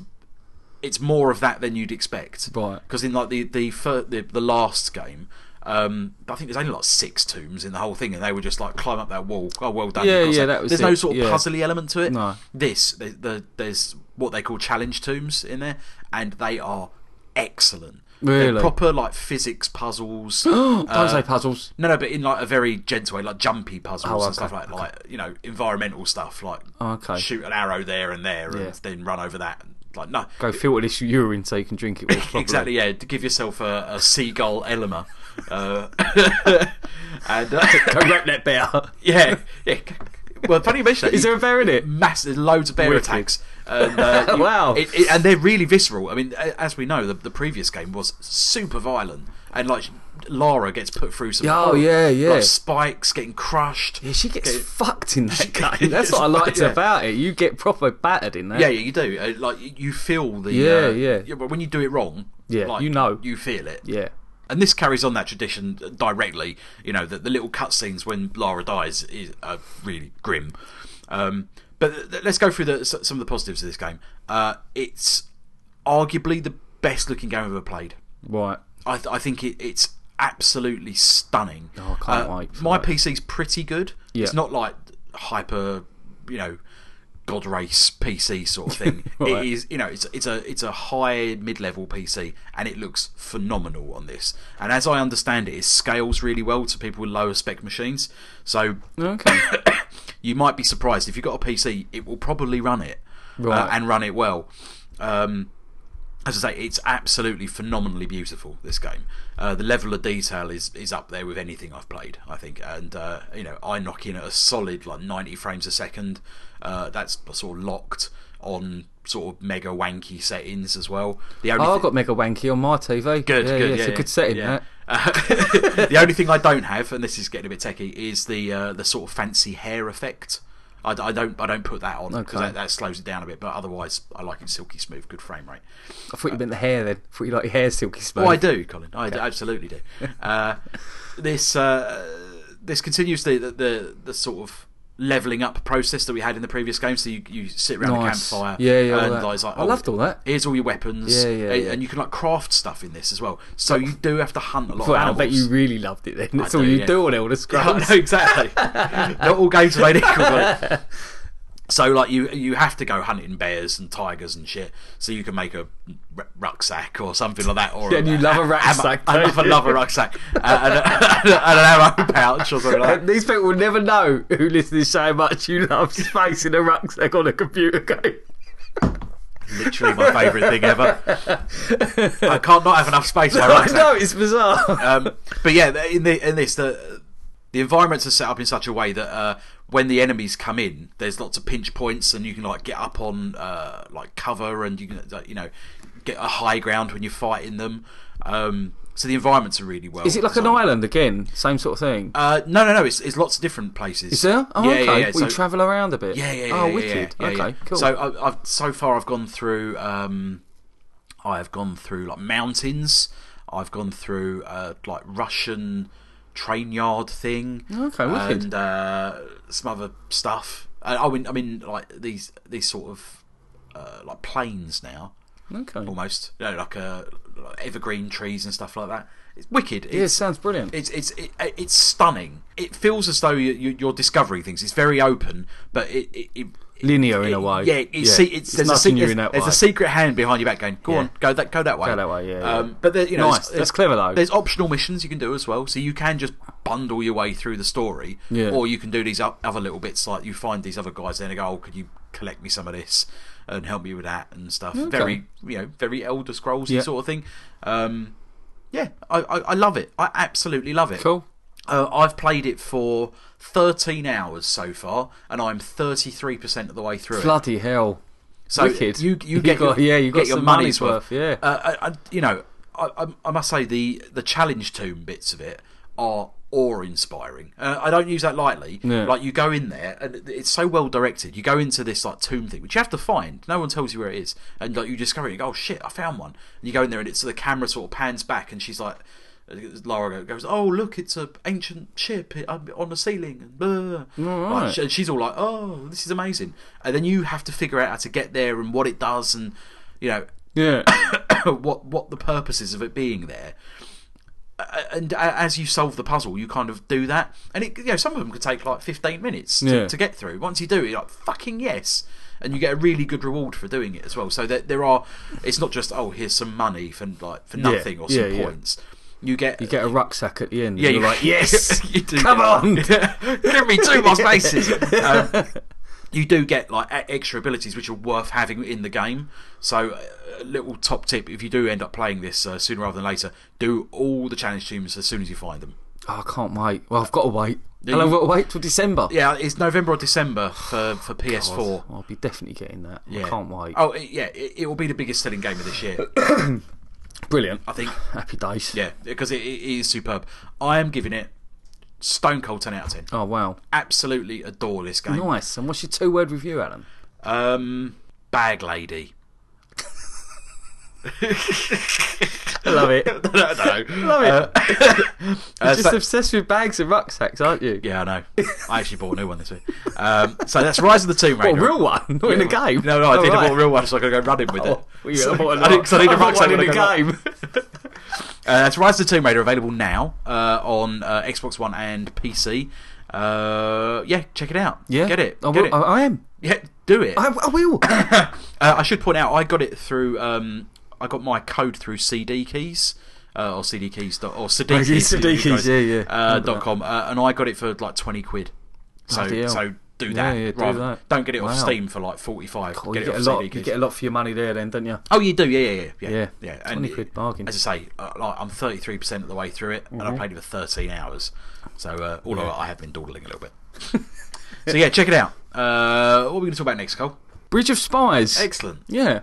Speaker 1: it's more of that than you'd expect.
Speaker 2: Right.
Speaker 1: Because in like the the, fir- the the last game. Um, I think there's only like six tombs in the whole thing, and they were just like climb up that wall. Oh, well done!
Speaker 2: Yeah,
Speaker 1: you've got
Speaker 2: yeah,
Speaker 1: some-
Speaker 2: that was
Speaker 1: There's no
Speaker 2: it,
Speaker 1: sort of
Speaker 2: yeah.
Speaker 1: puzzly element to it.
Speaker 2: No.
Speaker 1: This, the, the, there's what they call challenge tombs in there, and they are excellent. They're
Speaker 2: Really?
Speaker 1: proper like physics puzzles.
Speaker 2: Don't
Speaker 1: uh,
Speaker 2: say puzzles.
Speaker 1: no, no, but in like a very gentle way, like jumpy puzzles
Speaker 2: Oh,
Speaker 1: and stuff
Speaker 2: okay,
Speaker 1: like like you know environmental stuff, like
Speaker 2: Oh, okay.
Speaker 1: shoot an arrow there and there, and
Speaker 2: Yeah.
Speaker 1: then run over that. And, like no,
Speaker 2: Go filter this urine so you can drink it. all properly.
Speaker 1: exactly, yeah. To give yourself a, a seagull enema, uh, and uh,
Speaker 2: Go wreck that bear.
Speaker 1: yeah, yeah. Well, funny you mention that.
Speaker 2: Is
Speaker 1: you-
Speaker 2: there a bear in it?
Speaker 1: massive loads of bear
Speaker 2: Wicked.
Speaker 1: attacks. And, uh, you-
Speaker 2: Wow.
Speaker 1: it- it- and they're really visceral. I mean, a- as we know, the, the previous game was super violent, and like Lara gets put through some.
Speaker 2: Oh,
Speaker 1: horrible,
Speaker 2: yeah, yeah.
Speaker 1: Like spikes getting crushed.
Speaker 2: Yeah, she gets
Speaker 1: Okay.
Speaker 2: fucked in that game.
Speaker 1: gets
Speaker 2: That's what I liked
Speaker 1: fucked, yeah.
Speaker 2: about it. You get proper battered in that.
Speaker 1: Yeah, yeah, you do. Uh, Like you- you feel the
Speaker 2: Yeah,
Speaker 1: uh,
Speaker 2: yeah.
Speaker 1: But when you do it wrong,
Speaker 2: Yeah,
Speaker 1: like,
Speaker 2: you know.
Speaker 1: you feel it.
Speaker 2: yeah.
Speaker 1: And this carries on that tradition directly. You know that the little cutscenes when Lara dies is are really grim. Um, but th- th- let's go through the, s- some of the positives of this game. Uh, it's arguably the best looking game I've ever played.
Speaker 2: Right.
Speaker 1: I, th- I think it, it's absolutely stunning. Uh,
Speaker 2: Oh, I can't wait for
Speaker 1: My
Speaker 2: that.
Speaker 1: PC's pretty good.
Speaker 2: Yeah.
Speaker 1: It's not like hyper, you know, god race PC sort of thing.
Speaker 2: Right.
Speaker 1: It is, you know, it's it's a it's a high mid level PC, and it looks phenomenal on this. And as I understand it, it scales really well to people with lower spec machines. So
Speaker 2: Okay.
Speaker 1: you might be surprised if you've got a PC, it will probably run it uh,
Speaker 2: Right.
Speaker 1: and run it well. Um, as I say, it's absolutely phenomenally beautiful. This game, uh, the level of detail is is up there with anything I've played. I think, and uh, you know, I knock in at a solid like ninety frames a second. Uh, that's sort of locked on sort of mega wanky settings as well. The only
Speaker 2: Oh,
Speaker 1: thi-
Speaker 2: I've got mega wanky on my TV.
Speaker 1: Good,
Speaker 2: yeah,
Speaker 1: good.
Speaker 2: Yeah, it's a
Speaker 1: yeah.
Speaker 2: good setting.
Speaker 1: Yeah.
Speaker 2: That.
Speaker 1: Uh, the only thing I don't have, and this is getting a bit techie, is the uh, the sort of fancy hair effect. I, I don't I don't put that on because
Speaker 2: Okay.
Speaker 1: that, that slows it down a bit. But otherwise, I like it silky smooth, good frame rate.
Speaker 2: I thought you meant the hair then. I thought you like your hair silky smooth.
Speaker 1: Oh, I do, Colin. I d- absolutely do. Uh, this uh, this continues the, the the the sort of leveling up process that we had in the previous game. So you, you sit around a
Speaker 2: Nice.
Speaker 1: campfire.
Speaker 2: Yeah, yeah, all
Speaker 1: And
Speaker 2: that.
Speaker 1: like, oh,
Speaker 2: I loved all that.
Speaker 1: Here's all your weapons.
Speaker 2: Yeah, yeah,
Speaker 1: and,
Speaker 2: yeah.
Speaker 1: and you can like craft stuff in this as well. So you do have to hunt a lot.
Speaker 2: Well,
Speaker 1: of
Speaker 2: I
Speaker 1: animals.
Speaker 2: bet you really loved it then. That's
Speaker 1: do,
Speaker 2: all you
Speaker 1: yeah.
Speaker 2: do on it, all the
Speaker 1: I
Speaker 2: scrubs.
Speaker 1: know exactly. Not all games are made equal. But so like you you have to go hunting bears and tigers and shit, so you can make a r- rucksack or something like that. Or
Speaker 2: Yeah, and you love a rucksack,
Speaker 1: I
Speaker 2: don't
Speaker 1: love, I
Speaker 2: you?
Speaker 1: love a rucksack uh, and, a, and an arrow pouch or something like
Speaker 2: And
Speaker 1: that.
Speaker 2: These people will never know who listen to this show how much you love space in a rucksack on a computer game.
Speaker 1: Literally my favourite thing ever. I can't not have enough space in my
Speaker 2: I
Speaker 1: rucksack.
Speaker 2: know, it's bizarre.
Speaker 1: um, but yeah, the- in the in this the the environments are set up in such a way that uh, when the enemies come in, there's lots of pinch points, and you can like get up on uh, like cover, and you can like, you know get a high ground when you're fighting them. Um, so the environments are really well.
Speaker 2: Is it like an
Speaker 1: designed.
Speaker 2: island again? Same sort of thing.
Speaker 1: Uh, no, no, no. It's, it's lots of different places.
Speaker 2: Is there? Oh,
Speaker 1: yeah,
Speaker 2: okay.
Speaker 1: yeah, yeah.
Speaker 2: Well, you
Speaker 1: So-
Speaker 2: travel around a bit.
Speaker 1: yeah, yeah, yeah.
Speaker 2: Oh,
Speaker 1: yeah,
Speaker 2: wicked.
Speaker 1: yeah, yeah,
Speaker 2: okay,
Speaker 1: yeah.
Speaker 2: cool.
Speaker 1: So I, I've so far I've gone through. Um, I have gone through like mountains. I've gone through uh, like Russian train yard thing.
Speaker 2: Okay, wicked.
Speaker 1: And uh, some other stuff. I, I mean, I mean, like these these sort of uh, like plains now,
Speaker 2: okay.
Speaker 1: almost. You know, like uh, like evergreen trees and stuff like that. It's wicked.
Speaker 2: yeah, it
Speaker 1: It's,
Speaker 2: sounds brilliant.
Speaker 1: it's it's it, uh, it's stunning. It feels as though you, you, you're discovering things. It's very open, but it, it, it
Speaker 2: Linear
Speaker 1: it-
Speaker 2: in a way.
Speaker 1: Yeah, it's, See, it's, there's, a,
Speaker 2: nothing
Speaker 1: secret,
Speaker 2: new
Speaker 1: there's,
Speaker 2: in that
Speaker 1: there's
Speaker 2: way.
Speaker 1: a secret hand behind your back going, go
Speaker 2: Yeah.
Speaker 1: on, go that go that way,
Speaker 2: Go that way, yeah, yeah.
Speaker 1: Um, but there, you know,
Speaker 2: Nice,
Speaker 1: there's-
Speaker 2: that's clever though.
Speaker 1: There's optional missions you can do as well, so you can just bundle your way through the story,
Speaker 2: Yeah.
Speaker 1: or you can do these o- other little bits like you find these other guys there and they go, oh, could you collect me some of this and help me with that and stuff. Very you know, very Elder Scrolls
Speaker 2: Yeah.
Speaker 1: sort of thing. Um, yeah, I, I, I love it. I absolutely love it.
Speaker 2: Cool.
Speaker 1: Uh, I've played it for 13 hours so far, and I'm 33% of the way through it.
Speaker 2: Bloody hell.
Speaker 1: So
Speaker 2: Wicked.
Speaker 1: you you get
Speaker 2: got,
Speaker 1: your,
Speaker 2: yeah, you
Speaker 1: get
Speaker 2: got
Speaker 1: your
Speaker 2: some
Speaker 1: money's, worth.
Speaker 2: Yeah.
Speaker 1: Uh, I, I, you know, I, I, I must say the the challenge tomb bits of it are awe-inspiring. Uh, I don't use that lightly.
Speaker 2: Yeah.
Speaker 1: Like you go in there, and it's so well directed. You go into this like tomb thing, which you have to find. No one tells you where it is, and like you discover it. You go, oh shit, I found one. And you go in there, and it's so the camera sort of pans back, and she's like, Laura goes, oh look, it's a ancient ship it- um, on the ceiling, and blah.
Speaker 2: right.
Speaker 1: Like, sh- and she's all like, oh, this is amazing. And then you have to figure out how to get there and what it does, and you know,
Speaker 2: Yeah.
Speaker 1: what what the purpose is of it being there. A- And a- as you solve the puzzle, you kind of do that, and it, you know some of them could take like fifteen minutes to,
Speaker 2: Yeah.
Speaker 1: to get through. Once you do, you're like fucking yes, and you get a really good reward for doing it as well. So that there are, it's not just oh here's some money for like for nothing or some
Speaker 2: yeah, yeah.
Speaker 1: points. You get
Speaker 2: You get a rucksack at the end.
Speaker 1: yeah,
Speaker 2: and you're
Speaker 1: you-
Speaker 2: like, yes,
Speaker 1: you do
Speaker 2: come
Speaker 1: get-
Speaker 2: on.
Speaker 1: give me two more spaces. Um, you do get like e- extra abilities which are worth having in the game. So, uh, a little top tip: if you do end up playing this uh, sooner rather than later, do all the challenge teams as soon as you find them.
Speaker 2: Oh, I can't wait. Well, I've got to wait. And I've got to wait till December.
Speaker 1: Yeah, it's November or December for for PS4.
Speaker 2: I'll be definitely getting that.
Speaker 1: Yeah.
Speaker 2: I can't wait.
Speaker 1: Oh, it- yeah, it, it will be the biggest selling game of this year,
Speaker 2: Brilliant.
Speaker 1: I think.
Speaker 2: Oh, Happy days.
Speaker 1: Yeah, because it, it is superb. I am giving it stone cold ten out of ten.
Speaker 2: Oh, wow.
Speaker 1: Absolutely adore this game.
Speaker 2: Nice. And what's your two word review, Alan?
Speaker 1: Um, bag lady.
Speaker 2: I love it.
Speaker 1: I don't know.
Speaker 2: love it.
Speaker 1: Uh,
Speaker 2: Just
Speaker 1: so-
Speaker 2: obsessed with bags and rucksacks, aren't you?
Speaker 1: yeah, I know. I actually bought a new one this week. Um, so that's Rise of the Tomb Raider.
Speaker 2: What, a real one? Not in a game?
Speaker 1: No, no, I
Speaker 2: Oh,
Speaker 1: did. I
Speaker 2: right.
Speaker 1: bought a real one so I could go running with
Speaker 2: Oh,
Speaker 1: it.
Speaker 2: well,
Speaker 1: So-
Speaker 2: yeah, I bought
Speaker 1: I did, 'cause I need a
Speaker 2: I bought
Speaker 1: rucksack
Speaker 2: one
Speaker 1: when
Speaker 2: in
Speaker 1: I
Speaker 2: a
Speaker 1: go running.
Speaker 2: game.
Speaker 1: Uh, that's Rise of the Tomb Raider available now uh, on uh, Xbox One and PC. Uh, yeah, check it out.
Speaker 2: Yeah.
Speaker 1: Get it.
Speaker 2: I,
Speaker 1: Get
Speaker 2: will,
Speaker 1: it.
Speaker 2: I, I am.
Speaker 1: yeah, do it.
Speaker 2: I, I will.
Speaker 1: Uh, I should point out, I got it through. Um, I got my code through CD keys. Uh, or CD keys dot or CD
Speaker 2: yeah,
Speaker 1: keys,
Speaker 2: CD
Speaker 1: you guys,
Speaker 2: keys, yeah, yeah.
Speaker 1: Uh, dot
Speaker 2: Remember that.
Speaker 1: com, uh, and I got it for like twenty quid. So
Speaker 2: Bloody hell.
Speaker 1: so do
Speaker 2: Yeah,
Speaker 1: that.
Speaker 2: yeah, do
Speaker 1: rather-
Speaker 2: that.
Speaker 1: Don't get it off
Speaker 2: Wow.
Speaker 1: Steam for like forty five.
Speaker 2: Well,
Speaker 1: get
Speaker 2: you
Speaker 1: it
Speaker 2: get a
Speaker 1: off
Speaker 2: lot.
Speaker 1: CD
Speaker 2: You
Speaker 1: keys.
Speaker 2: get a lot for your money there, then, don't you?
Speaker 1: oh, you do, yeah, yeah, yeah, yeah,
Speaker 2: Yeah.
Speaker 1: and
Speaker 2: 20 quid bargain. Mm-hmm.
Speaker 1: As I say, uh, like, I'm thirty three percent of the way through it, and I played it for thirteen hours. So uh, although I have been dawdling a little bit. so yeah, check it out. Uh, what are we going to talk about next, Cole?
Speaker 2: Bridge of Spies.
Speaker 1: Excellent.
Speaker 2: Yeah.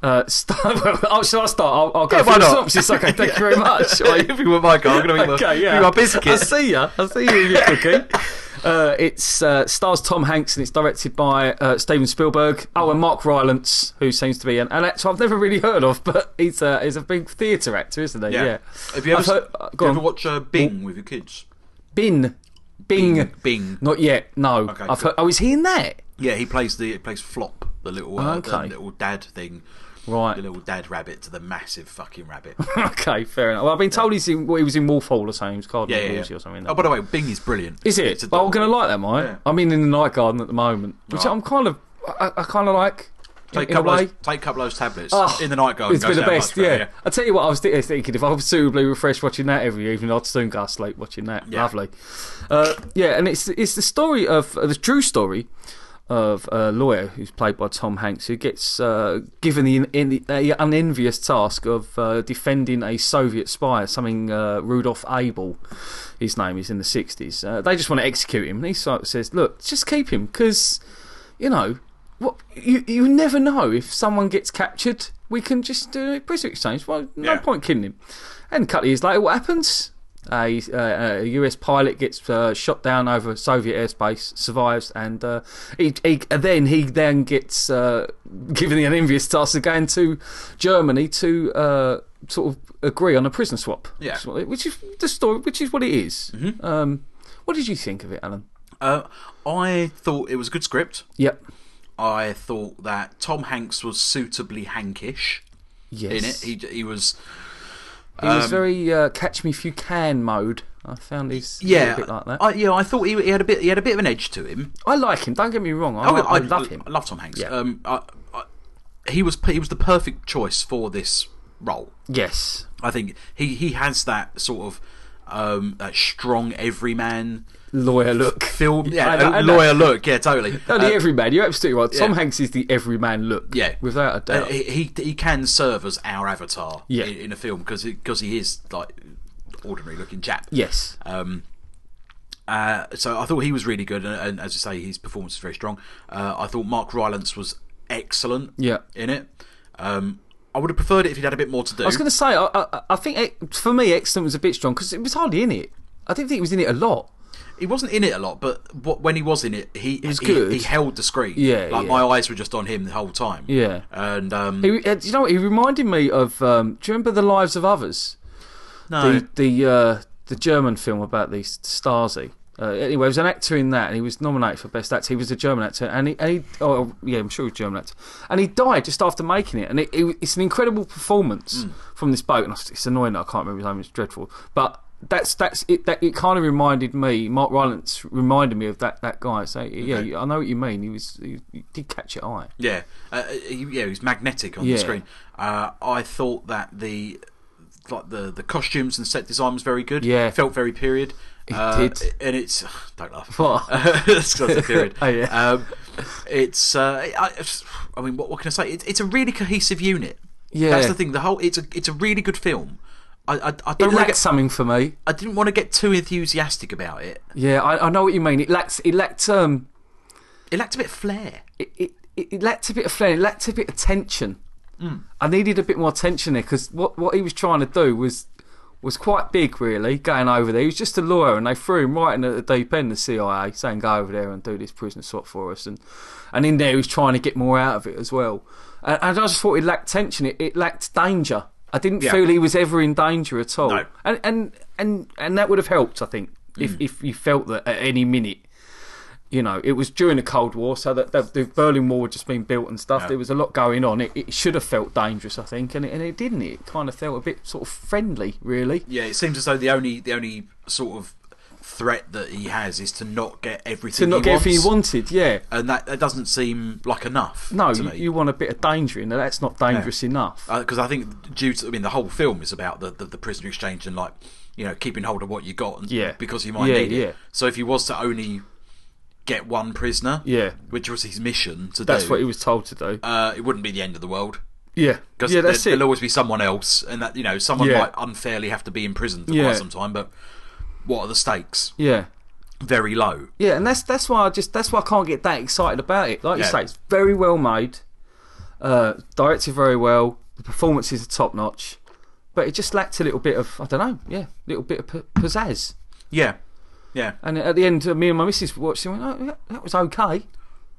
Speaker 2: Uh, start, oh, shall I start? I'll, I'll go
Speaker 1: Yeah,
Speaker 2: for
Speaker 1: why
Speaker 2: the
Speaker 1: not?
Speaker 2: synopsis. Okay, thank you very much. Right.
Speaker 1: if you were my car, I'm going to be my,
Speaker 2: okay, yeah.
Speaker 1: be my biscuit.
Speaker 2: I see ya. I see you with your cookie. Uh, it's uh, stars Tom Hanks and it's directed by uh, Steven Spielberg. Oh, and Mark Rylance, who seems to be an, an actor I've never really heard of, but he's a, he's a big theatre actor, isn't he? Yeah.
Speaker 1: Have you ever,
Speaker 2: I've heard- uh, go
Speaker 1: you
Speaker 2: on.
Speaker 1: ever watch uh, Bing with your kids?
Speaker 2: Bin. Bing.
Speaker 1: Bing.
Speaker 2: Not yet. No.
Speaker 1: Okay,
Speaker 2: I've
Speaker 1: cool.
Speaker 2: heard, oh, is he in that?
Speaker 1: Yeah, he plays the he plays Flop, the little uh, the
Speaker 2: Okay.
Speaker 1: little dad thing, the
Speaker 2: Right.
Speaker 1: little dad rabbit to the massive fucking rabbit.
Speaker 2: okay, fair enough. Well, I've been told he's in, well, he was in Wolf Hall or something. He was Cardinal
Speaker 1: Yeah, yeah,
Speaker 2: Wolsey
Speaker 1: yeah.
Speaker 2: or something.
Speaker 1: Oh, by the way, Bing is brilliant.
Speaker 2: Is
Speaker 1: It's
Speaker 2: it? Well, I'm
Speaker 1: adorable.
Speaker 2: going to like that, mate.
Speaker 1: Yeah.
Speaker 2: I'm in, in the night garden at the moment, which
Speaker 1: Right.
Speaker 2: I'm kind of, I, I kind of like. in-
Speaker 1: Take a
Speaker 2: in a
Speaker 1: couple, of
Speaker 2: way.
Speaker 1: those, take a couple of those tablets
Speaker 2: Oh,
Speaker 1: in the night garden.
Speaker 2: It's been
Speaker 1: goes
Speaker 2: the
Speaker 1: down
Speaker 2: best,
Speaker 1: much better,
Speaker 2: yeah. I tell you what, I was thi- thinking if I was suitably refreshed watching that every evening, I'd soon go to sleep watching that.
Speaker 1: Yeah.
Speaker 2: Lovely, uh, yeah. And it's it's the story of uh, the true story of a lawyer who's played by Tom Hanks who gets uh, given the, in the, the unenvious task of uh, defending a Soviet spy, something uh, Rudolf Abel, his name is in the sixties. Uh, they just want to execute him, and he sort of says, "Look, just keep him because." you know, what you you never know if someone gets captured. We can just do a prisoner exchange. Well, no
Speaker 1: Yeah.
Speaker 2: point killing him. And a couple of years later, what happens? A, uh, a US pilot gets uh, shot down over Soviet airspace, survives, and uh, he, he and then he then gets uh, given the envious task of going to Germany to uh, sort of agree on a prisoner swap.
Speaker 1: Yeah. Mm-hmm.
Speaker 2: That's what it- which is the story, which is what it is. Um, what did you think of it, Alan?
Speaker 1: Uh, I thought it was a good script.
Speaker 2: Yep.
Speaker 1: I thought that Tom Hanks was suitably Hankish
Speaker 2: Yes.
Speaker 1: in it. He he was
Speaker 2: He was
Speaker 1: Um,
Speaker 2: very uh, catch me if you can mode. I found he's
Speaker 1: yeah
Speaker 2: a bit like that. I,
Speaker 1: I, yeah, I thought he, he had a bit he had a bit of an edge to him.
Speaker 2: like him. Don't get me wrong. I,
Speaker 1: Oh,
Speaker 2: like- I, love him.
Speaker 1: I love Tom Hanks.
Speaker 2: Yeah.
Speaker 1: Um, I, I, he was he was the perfect choice for this role.
Speaker 2: yes.
Speaker 1: I think he he has that sort of um that strong everyman
Speaker 2: Lawyer look.
Speaker 1: film yeah
Speaker 2: I know- I know.
Speaker 1: lawyer look yeah totally.
Speaker 2: No,
Speaker 1: Uh,
Speaker 2: the everyman. You're absolutely right. Tom
Speaker 1: yeah.
Speaker 2: Hanks is the everyman look.
Speaker 1: Yeah.
Speaker 2: Without a
Speaker 1: uh,
Speaker 2: doubt.
Speaker 1: he he- he can serve as our avatar
Speaker 2: Yeah.
Speaker 1: in, in a film because because he is like ordinary looking chap.
Speaker 2: yes.
Speaker 1: Um, uh, so I thought he was really good, and, and as you say, his performance is very strong. Uh, I thought Mark Rylance was excellent.
Speaker 2: Yeah.
Speaker 1: in it. Um, I would have preferred it if he'd had a bit more to do.
Speaker 2: I was going to say, I, I, I think it, for me, excellent was a bit strong because it was hardly in it. I didn't think he was in it a lot.
Speaker 1: He wasn't in it a lot, but what, when he was in it, he
Speaker 2: was
Speaker 1: he,
Speaker 2: good.
Speaker 1: he held the screen.
Speaker 2: Yeah,
Speaker 1: like
Speaker 2: yeah.
Speaker 1: my eyes were just on him the whole time.
Speaker 2: Yeah.
Speaker 1: and um,
Speaker 2: He, uh, do you know what? He reminded me of. Um, do you remember The Lives of Others?
Speaker 1: no,
Speaker 2: The the uh, the German film about the Stasi. Uh, anyway, there was an actor in that, and he was nominated for best actor. He was a German actor, and he, and he oh yeah, I'm sure he was a German actor, and he died just after making it. And it, it, it's an incredible performance
Speaker 1: Hmm.
Speaker 2: from this bloke, and it's it's annoying that I can't remember his name. It's dreadful, but that's that's it. That it kind of reminded me. Mark Rylance reminded me of that that guy. So yeah,
Speaker 1: Okay.
Speaker 2: I know what you mean. He was he, he did catch your eye.
Speaker 1: yeah, uh, he, yeah, he was magnetic on
Speaker 2: Yeah.
Speaker 1: the screen. Uh, I thought that the like the the costumes and set design was very good.
Speaker 2: Yeah.
Speaker 1: felt very period. It
Speaker 2: did.
Speaker 1: and it's don't laugh.
Speaker 2: What?
Speaker 1: That's 'cause that's a period.
Speaker 2: Oh, yeah.
Speaker 1: um, it's uh, I, I mean, what, what can I say? It, it's a really cohesive unit.
Speaker 2: Yeah.
Speaker 1: that's the thing. The whole it's a it's a really good film. I I, I
Speaker 2: It
Speaker 1: don't want to
Speaker 2: lacked
Speaker 1: get
Speaker 2: something for me.
Speaker 1: I didn't want to get too enthusiastic about it.
Speaker 2: Yeah, I, I know what you mean. It lacked it lacked um
Speaker 1: It lacked a bit of flair.
Speaker 2: it, it, it lacked a bit of flair. It lacked a bit of tension. I needed a bit more tension there because what what he was trying to do was was quite big, really. Going over there, he was just a lawyer, and they threw him right in at the deep end, the CIA, saying go over there and do this prisoner swap for us, and and in there he was trying to get more out of it as well. And, and I just thought it lacked tension. It, it lacked danger. I didn't
Speaker 1: Yeah.
Speaker 2: feel he was ever in danger at all.
Speaker 1: No.
Speaker 2: And and and and that would have helped, I think, if if you felt that at any minute you know, it was during the Cold War, so that the, the Berlin Wall had just been built and stuff.
Speaker 1: Yeah.
Speaker 2: There was a lot going on. It, it should have felt dangerous, I think, and it, and it didn't. It kind of felt a bit sort of friendly, really.
Speaker 1: Yeah, it seems as though the only the only sort of threat that he has is to not get
Speaker 2: To
Speaker 1: everything.
Speaker 2: not
Speaker 1: he
Speaker 2: get
Speaker 1: wants,
Speaker 2: everything you wanted, yeah.
Speaker 1: and that, that doesn't seem like enough.
Speaker 2: No,
Speaker 1: to
Speaker 2: you,
Speaker 1: me.
Speaker 2: you want a bit of danger in there. That's not dangerous enough.
Speaker 1: because Uh, I think due to I mean the whole film is about the, the, the prisoner exchange and like you know keeping hold of what you got and,
Speaker 2: Yeah.
Speaker 1: because you might
Speaker 2: Yeah,
Speaker 1: need it.
Speaker 2: yeah.
Speaker 1: So if he was to only get one prisoner,
Speaker 2: Yeah.
Speaker 1: which was his mission to
Speaker 2: That's
Speaker 1: do,
Speaker 2: what he was told to do.
Speaker 1: uh, it wouldn't be the end of the world.
Speaker 2: yeah,
Speaker 1: Because
Speaker 2: yeah, that's
Speaker 1: there,
Speaker 2: it.
Speaker 1: will always be someone else, and that you know someone
Speaker 2: Yeah.
Speaker 1: might unfairly have to be in prison for
Speaker 2: Yeah.
Speaker 1: quite some time. But what are the stakes?
Speaker 2: yeah.
Speaker 1: Very low.
Speaker 2: Yeah, and that's that's why I just that's why I can't get that excited about it. Like you
Speaker 1: Yeah.
Speaker 2: say, it's very well made, uh, directed very well. The performances are top notch, but it just lacked a little bit of I don't know, yeah, little bit of p- pizzazz.
Speaker 1: Yeah, yeah.
Speaker 2: And at the end, uh, me and my missus watched it. and Went, oh, yeah, that was okay.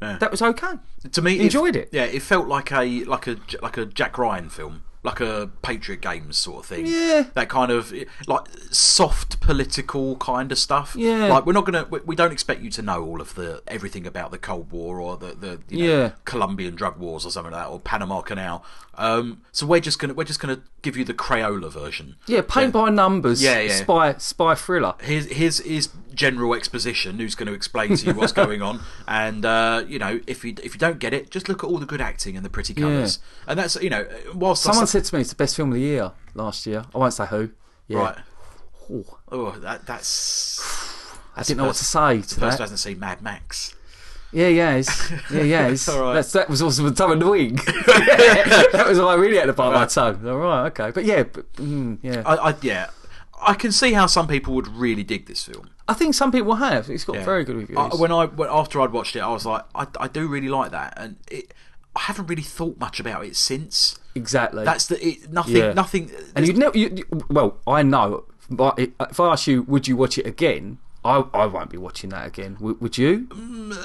Speaker 1: Yeah.
Speaker 2: That was okay.
Speaker 1: To me,
Speaker 2: Enjoyed it.
Speaker 1: Yeah, it felt like a like a like a Jack Ryan film, like a Patriot Games sort of thing.
Speaker 2: Yeah.
Speaker 1: that kind of like soft political kind of stuff.
Speaker 2: Yeah.
Speaker 1: like we're not gonna we, we don't expect you to know all of the everything about the Cold War or the the you know,
Speaker 2: Yeah.
Speaker 1: Colombian drug wars or something like that or Panama Canal. Um, so we're just gonna we're just gonna give you the Crayola version.
Speaker 2: Yeah, paint by numbers.
Speaker 1: Yeah, yeah.
Speaker 2: Spy spy thriller.
Speaker 1: Here's, here's his general exposition. Who's going to explain to you what's going on? And uh, you know, if you if you don't get it, just look at all the good acting and the pretty colours. And that's you know, whilst I
Speaker 2: Someone
Speaker 1: sa-
Speaker 2: said to me it's the best film of the year last year. I won't say who. Yeah.
Speaker 1: right,
Speaker 2: Ooh,
Speaker 1: oh, that that's
Speaker 2: I didn't know what to say to
Speaker 1: person
Speaker 2: that.
Speaker 1: who hasn't seen Mad Max.
Speaker 2: Yeah, yeah, it's, yeah, yeah. It's,
Speaker 1: All right.
Speaker 2: that's, that was also the tongue of the week. that was all I really had to bite my tongue. All right, okay, but yeah, but, mm, yeah. I,
Speaker 1: I, I yeah, I can see how some people would really dig this film.
Speaker 2: think some people have. It's got
Speaker 1: Yeah.
Speaker 2: very good reviews.
Speaker 1: I, when I when, after I'd watched it, I was like, I, I do really like that, and it, I haven't really thought much about it since.
Speaker 2: exactly.
Speaker 1: That's the it, nothing
Speaker 2: Yeah.
Speaker 1: nothing.
Speaker 2: and you'd never. You, you- well, I know, but i- if I ask you, would you watch it again? I, I won't be watching that again. Would, would you?
Speaker 1: Mm.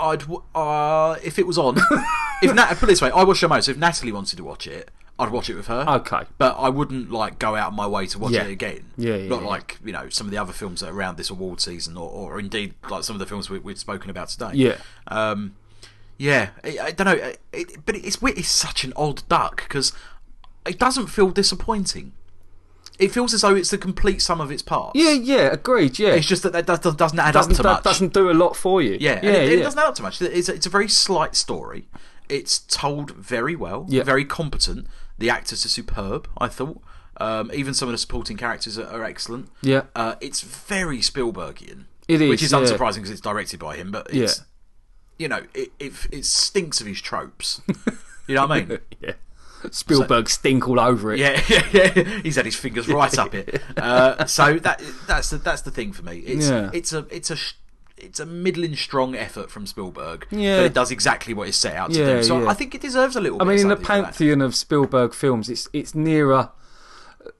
Speaker 1: I'd w- uh, if it was on. if Nat, put it this way, I watch the most. If Natalie wanted to watch it, I'd watch it with her.
Speaker 2: Okay.
Speaker 1: but I wouldn't like go out of my way to watch
Speaker 2: Oh. Yeah.
Speaker 1: it again.
Speaker 2: Yeah, yeah,
Speaker 1: not
Speaker 2: yeah.
Speaker 1: like you know some of the other films that are around this award season, or, or indeed like some of the films we, we've spoken about today.
Speaker 2: Yeah.
Speaker 1: um, yeah. I, I don't know, it, but it's weird- it's such an odd duck because it doesn't feel disappointing. It feels as though it's the complete sum of its parts.
Speaker 2: Yeah, yeah, agreed. Yeah,
Speaker 1: It's just that that does, doesn't add
Speaker 2: doesn't
Speaker 1: up to
Speaker 2: do-
Speaker 1: much.
Speaker 2: doesn't do a lot for you.
Speaker 1: Yeah, and
Speaker 2: yeah,
Speaker 1: it, it
Speaker 2: yeah.
Speaker 1: doesn't add up to much. It's a, it's a very slight story. It's told very well,
Speaker 2: Yeah.
Speaker 1: very competent. The actors are superb, I thought. Um, even some of the supporting characters are, are excellent.
Speaker 2: Yeah.
Speaker 1: Uh, it's very Spielbergian.
Speaker 2: It is,
Speaker 1: Which is
Speaker 2: yeah.
Speaker 1: unsurprising because it's directed by him, but it's, you know, it, it, it stinks of his tropes. you know what I mean?
Speaker 2: yeah. Spielberg stink all over it.
Speaker 1: Yeah, yeah, yeah. He's had his fingers right up it. Uh, so that that's the that's the thing for me. It's
Speaker 2: Yeah.
Speaker 1: it's a it's a sh- it's a middling strong effort from Spielberg.
Speaker 2: Yeah.
Speaker 1: but it does exactly what it's set out to
Speaker 2: Yeah,
Speaker 1: do. So
Speaker 2: yeah.
Speaker 1: I think it deserves a little.
Speaker 2: I
Speaker 1: bit
Speaker 2: mean,
Speaker 1: of
Speaker 2: in the
Speaker 1: something for that.
Speaker 2: pantheon of Spielberg films, it's it's nearer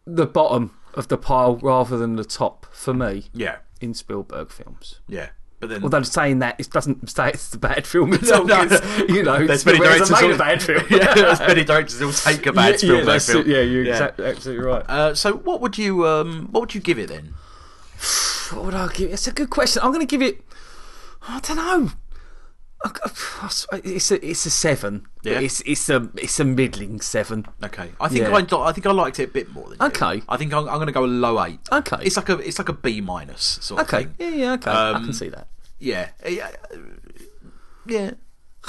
Speaker 2: the bottom of the pile rather than the top for me
Speaker 1: Yeah,
Speaker 2: in Spielberg films.
Speaker 1: yeah. But then
Speaker 2: Although saying that, it doesn't say it's the bad film at all.
Speaker 1: no.
Speaker 2: 'cause, You know,
Speaker 1: There's
Speaker 2: it's
Speaker 1: many
Speaker 2: the made
Speaker 1: directors
Speaker 2: a
Speaker 1: all-
Speaker 2: bad film.
Speaker 1: yeah, there's many directors who'll take a bad Spielberg
Speaker 2: that's it.
Speaker 1: film.
Speaker 2: Yeah, you're exact- absolutely right.
Speaker 1: Uh, so what would you um, what would you give it then?
Speaker 2: What would I give? It's a good question. I'm going to give it. I don't know. I- I- I s- It's a it's a seven.
Speaker 1: Yeah.
Speaker 2: It's it's a it's a middling seven.
Speaker 1: Okay, I think
Speaker 2: Yeah.
Speaker 1: I do- I think I liked it a bit more than you.
Speaker 2: Okay.
Speaker 1: I think I'm, I'm going to go a low eight.
Speaker 2: Okay.
Speaker 1: It's like a it's like a B minus sort of
Speaker 2: okay.
Speaker 1: thing.
Speaker 2: Yeah. Yeah. Okay. I
Speaker 1: Um,
Speaker 2: can see that.
Speaker 1: Yeah, Eh, yeah, yeah.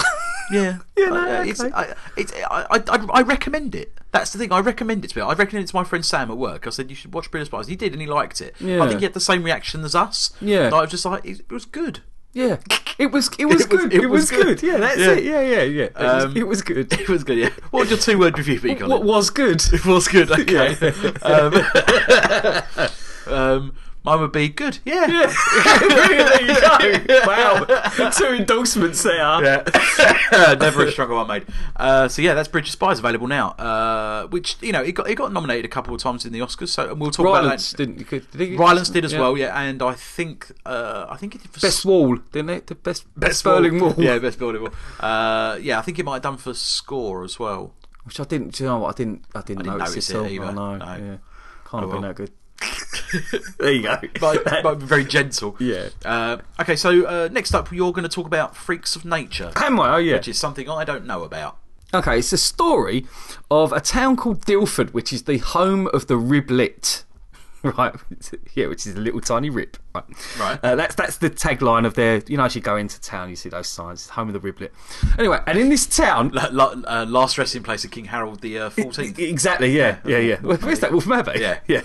Speaker 1: Yeah,
Speaker 2: Yeah, no,
Speaker 1: Uh, it's,
Speaker 2: okay.
Speaker 1: I, it's, I, I, I- I recommend it. That's the thing. I recommend it to people. I recommended it to my friend Sam at work. I said you should watch Brilliant Spies. He did, and he liked it. I
Speaker 2: Yeah.
Speaker 1: think he had the same reaction as us.
Speaker 2: Yeah.
Speaker 1: And I was just like, it, it was good.
Speaker 2: Yeah. It was it was good. It, was, good. Yeah. That's
Speaker 1: Yeah.
Speaker 2: it. Yeah. Yeah. Yeah. It, was-
Speaker 1: Um,
Speaker 2: it was good.
Speaker 1: It was good. Yeah. What was your two word review be, Colin?
Speaker 2: What was good?
Speaker 1: It was good. Okay. um, um, mine would be good. Yeah.
Speaker 2: there you go. Wow. Two endorsements there.
Speaker 1: Yeah. Never a struggle I made. Uh, so yeah, that's Bridge of Spies available now. Uh, which you know it got it got nominated a couple of times in the Oscars. So and we'll talk
Speaker 2: Rylance
Speaker 1: about that.
Speaker 2: didn't. Did he,
Speaker 1: Rylance did as
Speaker 2: yeah.
Speaker 1: well. Yeah, and I think uh, I think it did for
Speaker 2: Best wall, didn't it? The best, best Berlin wall.
Speaker 1: Yeah, best Berlin wall. Uh, yeah, I think it might have done for score as well.
Speaker 2: Which I didn't. Do you know what? I didn't. I didn't,
Speaker 1: didn't
Speaker 2: notice,
Speaker 1: notice
Speaker 2: it at all.
Speaker 1: it either,
Speaker 2: I know.
Speaker 1: no.
Speaker 2: Yeah. Can't have
Speaker 1: well.
Speaker 2: been that good. there you go.
Speaker 1: But, but very gentle.
Speaker 2: Yeah.
Speaker 1: Uh, okay, so uh, next up, you're going to talk about Freaks of Nature,
Speaker 2: Am I? Oh yeah.
Speaker 1: which is something I don't know about.
Speaker 2: Okay, it's a story of a town called Dilford, which is the home of the Riblet. Right, yeah, which is a little tiny rib. Right,
Speaker 1: Right.
Speaker 2: Uh, that's that's the tagline of their. You know, as you go into town, you see those signs, home of the Riblet. Anyway, and in this town,
Speaker 1: La- la- uh, last resting place of King Harold the uh, Fourteenth.
Speaker 2: Exactly. Yeah. Yeah. Yeah. Well, where's that Wolf Abbey?
Speaker 1: Yeah.
Speaker 2: Yeah.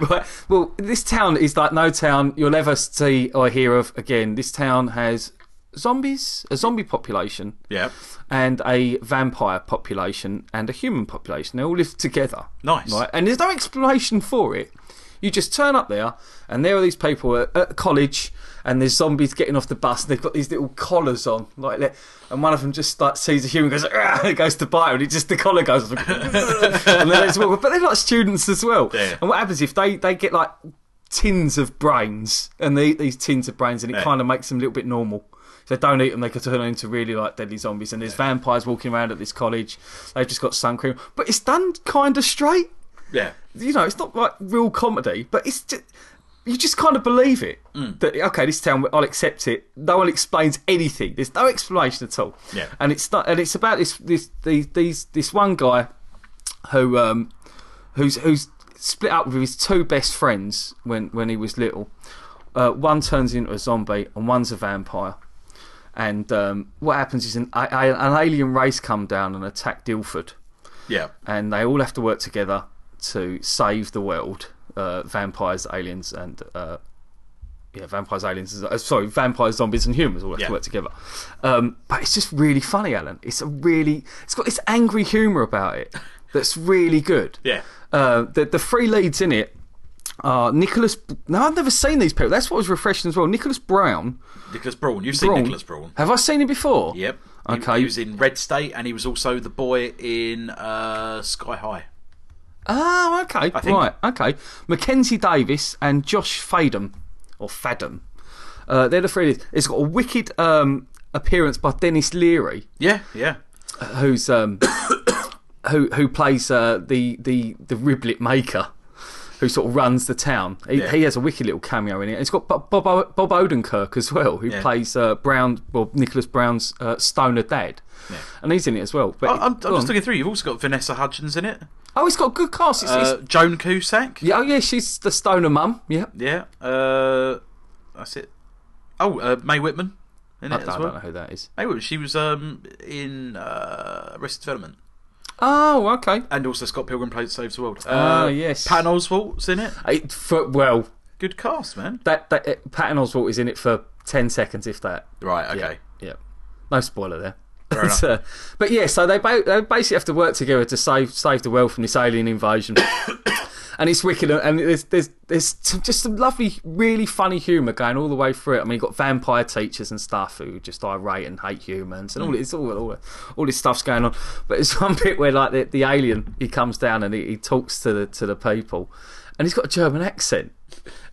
Speaker 2: Right, well, this town is like no town you'll ever see or hear of again. This town has zombies, a zombie population,
Speaker 1: yeah,
Speaker 2: and a vampire population and a human population. They all live together.
Speaker 1: Nice.
Speaker 2: Right. And there's no explanation for it. You just turn up there, and there are these people at, at college, and there's zombies getting off the bus, and they've got these little collars on, like, that- and one of them just like sees a human, goes, "Ah," and goes to bite, him, and it just the collar goes, off. and then it's well, but they're like students as well.
Speaker 1: Yeah.
Speaker 2: And what happens if they they get like tins of brains, and they eat these tins of brains, and it
Speaker 1: Yeah.
Speaker 2: kind of makes them a little bit normal. If they don't eat them, they could turn into really like deadly zombies. And there's vampires walking around at this college. They've just got sun cream, but it's done kind of straight
Speaker 1: yeah.
Speaker 2: you know, it's not like real comedy, but it's just, you just kind of believe it. That okay, this town, I'll accept it. No one explains anything. There's no explanation at all.
Speaker 1: Yeah.
Speaker 2: and it's not, and it's about this this these, these this one guy who um who's who's split up with his two best friends when when he was little. Uh, one turns into a zombie and one's a vampire. And um, what happens is an, a, a- an alien race come down and attack Dilford
Speaker 1: Yeah.
Speaker 2: and they all have to work together to save the world. Uh, vampires, aliens, and uh, yeah, vampires, aliens. Uh, sorry, vampires, zombies, and humans all have
Speaker 1: Yeah.
Speaker 2: to work together. Um, but it's just really funny, Alan. It's a really, it's got this angry humour about it that's really good.
Speaker 1: Yeah.
Speaker 2: Uh, the the three leads in it are Nicholas. Now I've never seen these people. That's what was refreshing as well. Nicholas Brown.
Speaker 1: Nicholas Braun. You've seen Nicholas Braun.
Speaker 2: Have I seen him before?
Speaker 1: Yep. He-
Speaker 2: Okay.
Speaker 1: He, was in Red State, and he was also the boy in uh, Sky High.
Speaker 2: Oh, okay.
Speaker 1: think.
Speaker 2: Right, okay. Mackenzie Davis and Josh Fadum, or Fadum. Uh, they're the three. leads. It's got a wicked um, appearance by Dennis Leary,
Speaker 1: Yeah. Yeah.
Speaker 2: who's um, who who plays uh, the the the riblet maker, who sort of runs the town. He,
Speaker 1: Yeah.
Speaker 2: he has a wicked little cameo in it. It's got Bob Bob, O- Bob Odenkirk as well, who
Speaker 1: Yeah.
Speaker 2: plays uh, Brown, well Nicholas Brown's uh, stoner dad, and he's in it as well. But
Speaker 1: I, I'm, I'm
Speaker 2: go on.
Speaker 1: just looking through. You've also got Vanessa Hudgens in it.
Speaker 2: oh, it's got a good cast. It's,
Speaker 1: Uh,
Speaker 2: it's,
Speaker 1: Joan Cusack.
Speaker 2: yeah, oh yeah, she's the stoner mum. Yeah.
Speaker 1: Yeah. Uh, that's it. Oh, uh, Mae Whitman in
Speaker 2: I
Speaker 1: it as
Speaker 2: don't, I
Speaker 1: well.
Speaker 2: don't know who that is.
Speaker 1: Mae Whitman. She was um, in uh, Arrested Development.
Speaker 2: Oh, okay.
Speaker 1: And also Scott Pilgrim plays Saves the World.
Speaker 2: Ah, yes.
Speaker 1: Patton Oswalt's in it.
Speaker 2: It, for, well,
Speaker 1: Good cast, man.
Speaker 2: that, that it, Patton Oswalt is in it for ten seconds, if that.
Speaker 1: Right, okay.
Speaker 2: Yeah, no spoiler there.
Speaker 1: Fair enough.
Speaker 2: But, uh, but yeah, so they, ba- they basically have to work together to save save the world from this alien invasion, and it's wicked. And there's there's there's some, just some lovely, really funny humour going all the way through it. I mean, you've got vampire teachers and stuff who just irate and hate humans, and all it's all all all this stuff's going on. But there's one bit where like the, the alien he comes down and he, he talks to the to the people, and he's got a German accent.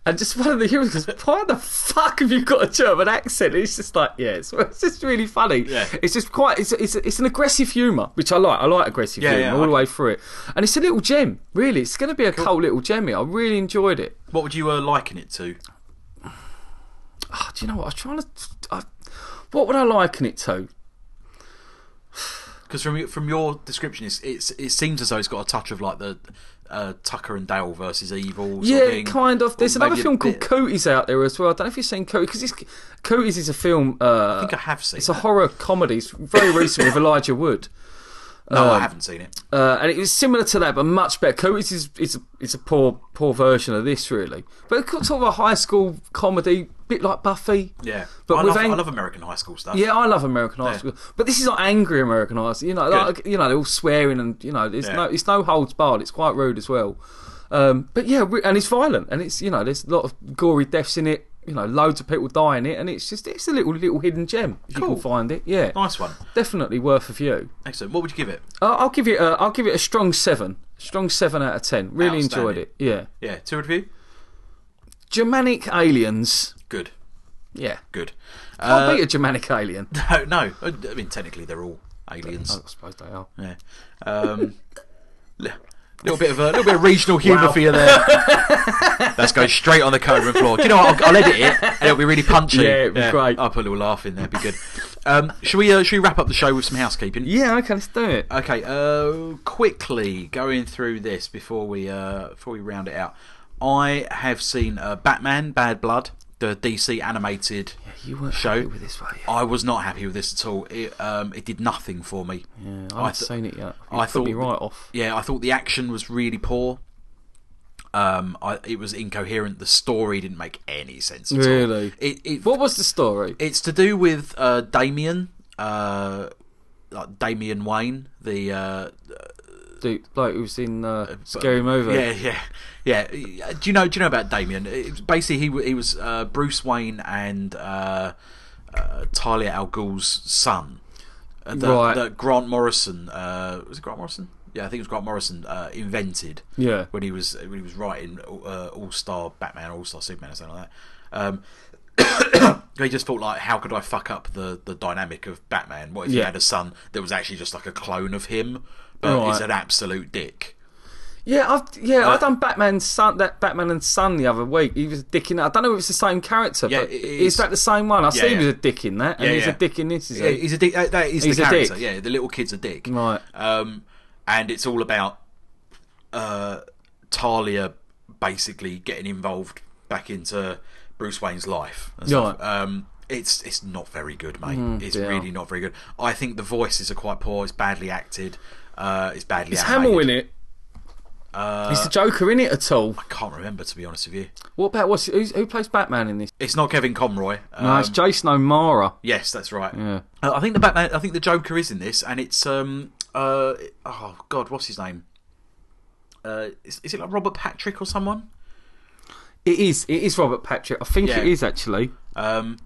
Speaker 2: And just one of the humans goes, Why the fuck have you got a German accent? It's just like, yeah, it's, it's just really funny.
Speaker 1: Yeah.
Speaker 2: It's just quite, it's, it's, it's an aggressive humour, which I like. I like aggressive
Speaker 1: Yeah,
Speaker 2: humour
Speaker 1: yeah,
Speaker 2: all
Speaker 1: I-
Speaker 2: the way through it. And it's a little gem, really. It's going to be a cool little gem here. I really enjoyed it.
Speaker 1: What would you uh, liken it to?
Speaker 2: Ah, do you know what? I was trying to. I, what would I liken it to?
Speaker 1: Because from your- from your description, it's, it's it seems as though it's got a touch of like the uh, Tucker and Dale versus Evil. Sort
Speaker 2: Yeah,
Speaker 1: of thing.
Speaker 2: kind of. There's
Speaker 1: Or maybe
Speaker 2: another
Speaker 1: a
Speaker 2: film called
Speaker 1: bit-
Speaker 2: Cooties out there as well. I don't know if you've seen Cooties because Cooties is a film. Uh,
Speaker 1: I think I have seen.
Speaker 2: it's a
Speaker 1: that.
Speaker 2: horror comedy. It's very recent with Elijah Wood.
Speaker 1: no, I haven't seen it.
Speaker 2: Uh, and it was similar to that, but much better. Coates is it's a, it's a poor poor version of this, really. But it's sort of a high school comedy, bit like Buffy.
Speaker 1: Yeah,
Speaker 2: but
Speaker 1: I,
Speaker 2: with
Speaker 1: love,
Speaker 2: ang-
Speaker 1: I love American high school stuff.
Speaker 2: Yeah, I love American High School, but this is not angry American High School. You know, like, you know, they're all swearing and you know, there's
Speaker 1: Yeah.
Speaker 2: no it's no holds barred. It's quite rude as well. Um, but yeah, re- and it's violent, and it's you know, there's a lot of gory deaths in it. You know, loads of people die in it, and it's just it's a little little hidden gem. If You
Speaker 1: Cool.
Speaker 2: can find it, yeah,
Speaker 1: nice one.
Speaker 2: definitely worth a view.
Speaker 1: Excellent. What would you give it?
Speaker 2: Uh, I'll give it. A, I'll give it a strong seven. Strong seven out of ten. Really enjoyed
Speaker 1: Outstanding.
Speaker 2: it. Yeah.
Speaker 1: Yeah, two review.
Speaker 2: Germanic aliens.
Speaker 1: Good,
Speaker 2: Yeah.
Speaker 1: good.
Speaker 2: I'll
Speaker 1: Uh,
Speaker 2: beat a Germanic alien.
Speaker 1: no, no. I mean, technically, they're all aliens.
Speaker 2: I suppose they are.
Speaker 1: Yeah. Um, li- little bit of a little bit of regional humour for you there. That's going straight on the code room floor. Do you know what? I'll, I'll edit it and it'll be really punchy.
Speaker 2: Yeah, it'll be great.
Speaker 1: I'll put a little laugh in there. It'd be good. Um, should we uh, should we wrap up the show with some housekeeping?
Speaker 2: Yeah. Okay. Let's do it.
Speaker 1: Okay. Uh, quickly going through this before we uh, before we round it out. I have seen uh, Batman: Bad Blood, the DC animated
Speaker 2: You weren't
Speaker 1: show.
Speaker 2: happy with this, were you?
Speaker 1: I was not happy with this at all. It um, it did nothing for me.
Speaker 2: yeah, I
Speaker 1: I
Speaker 2: haven't
Speaker 1: th-
Speaker 2: seen it yet. You
Speaker 1: I
Speaker 2: put me
Speaker 1: thought-
Speaker 2: right off.
Speaker 1: Yeah, I thought the action was really poor. Um, I, it was incoherent. The story didn't make any sense at
Speaker 2: Really?
Speaker 1: all. It, it,
Speaker 2: What was the story?
Speaker 1: It's to do with uh, Damien, uh, like Damien Wayne, the uh,
Speaker 2: The bloke who was in uh, Scary Movie.
Speaker 1: yeah, yeah, yeah. Do you know? Do you know about Damien? It was basically, he wa- he was uh, Bruce Wayne and uh, uh, Talia al Ghul's son. Uh, that,
Speaker 2: Right.
Speaker 1: that Grant Morrison uh, was it Grant Morrison? Yeah, I think it was Grant Morrison uh, invented.
Speaker 2: Yeah.
Speaker 1: when he was when he was writing uh, All Star Batman, All Star Superman, and something like that. Um, he just thought like, how could I fuck up the, the dynamic of Batman? What if he
Speaker 2: Yeah.
Speaker 1: had a son that was actually just like a clone of him, but
Speaker 2: Right.
Speaker 1: is an absolute dick?
Speaker 2: Yeah, I've yeah,
Speaker 1: Uh,
Speaker 2: I done Batman's son, that Batman and Son the other week. He was a dick in that. I don't know if it's the same character,
Speaker 1: Yeah,
Speaker 2: but
Speaker 1: it
Speaker 2: is
Speaker 1: is.
Speaker 2: that the same one? I see
Speaker 1: yeah.
Speaker 2: he was a dick in that, and
Speaker 1: Yeah,
Speaker 2: he's
Speaker 1: yeah.
Speaker 2: a dick in this. Is
Speaker 1: Yeah,
Speaker 2: he?
Speaker 1: he's a dick. That, that is
Speaker 2: He's
Speaker 1: the
Speaker 2: a
Speaker 1: character.
Speaker 2: dick.
Speaker 1: Yeah, the little kid's a dick.
Speaker 2: Right.
Speaker 1: Um, and it's all about uh, Talia basically getting involved back into Bruce Wayne's life. and stuff.
Speaker 2: Right. Mm,
Speaker 1: Um, it's it's not very good, mate. it's
Speaker 2: dear.
Speaker 1: really not very good. I think the voices are quite poor. It's badly acted. Uh, it's badly.
Speaker 2: Is
Speaker 1: animated.
Speaker 2: Hamill in it? Uh, is the Joker in it at all?
Speaker 1: I can't remember to be honest with you.
Speaker 2: What about what's who's, who plays Batman in this?
Speaker 1: It's not Kevin Conroy. Um,
Speaker 2: No, it's Jason O'Mara.
Speaker 1: Yes, that's right.
Speaker 2: Yeah.
Speaker 1: Uh, I think the Batman. I think the Joker is in this, and it's um uh oh god, what's his name? Uh, is, is it like Robert Patrick or someone?
Speaker 2: It is. It is Robert Patrick. I think
Speaker 1: Yeah.
Speaker 2: it is actually.
Speaker 1: Um,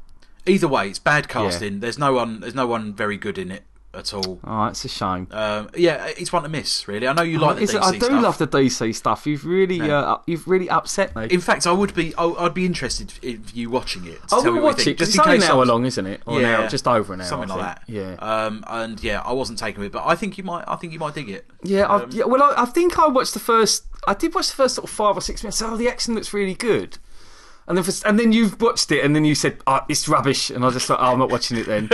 Speaker 1: either way, it's bad casting. There's no one. There's no one very good in it at all.
Speaker 2: Oh, it's a shame.
Speaker 1: Um, yeah, it's one to miss. Really, I know you like the
Speaker 2: Is it-
Speaker 1: DC
Speaker 2: I do
Speaker 1: stuff.
Speaker 2: love the DC stuff. You've really, uh, you've really upset me.
Speaker 1: in fact, I would be. I, I'd be interested if you watching it. to
Speaker 2: I
Speaker 1: tell me what you
Speaker 2: will Oh, watch
Speaker 1: think,
Speaker 2: it. 'cause
Speaker 1: just
Speaker 2: it's
Speaker 1: in
Speaker 2: only an
Speaker 1: case
Speaker 2: hour
Speaker 1: I'm-
Speaker 2: long, isn't it? Or an hour, just over an hour. I
Speaker 1: something like
Speaker 2: think.
Speaker 1: that.
Speaker 2: Yeah.
Speaker 1: Um, and yeah, I wasn't taken with, it, but I think you might. I think you might dig it.
Speaker 2: Yeah, I, yeah. Well, I, I think I watched the first. I did watch the first sort of five or six minutes. Oh, the action looks really good. And then, for, and then you've watched it, and then you said, oh, "It's rubbish," and I just thought, "Oh, I'm not watching it then."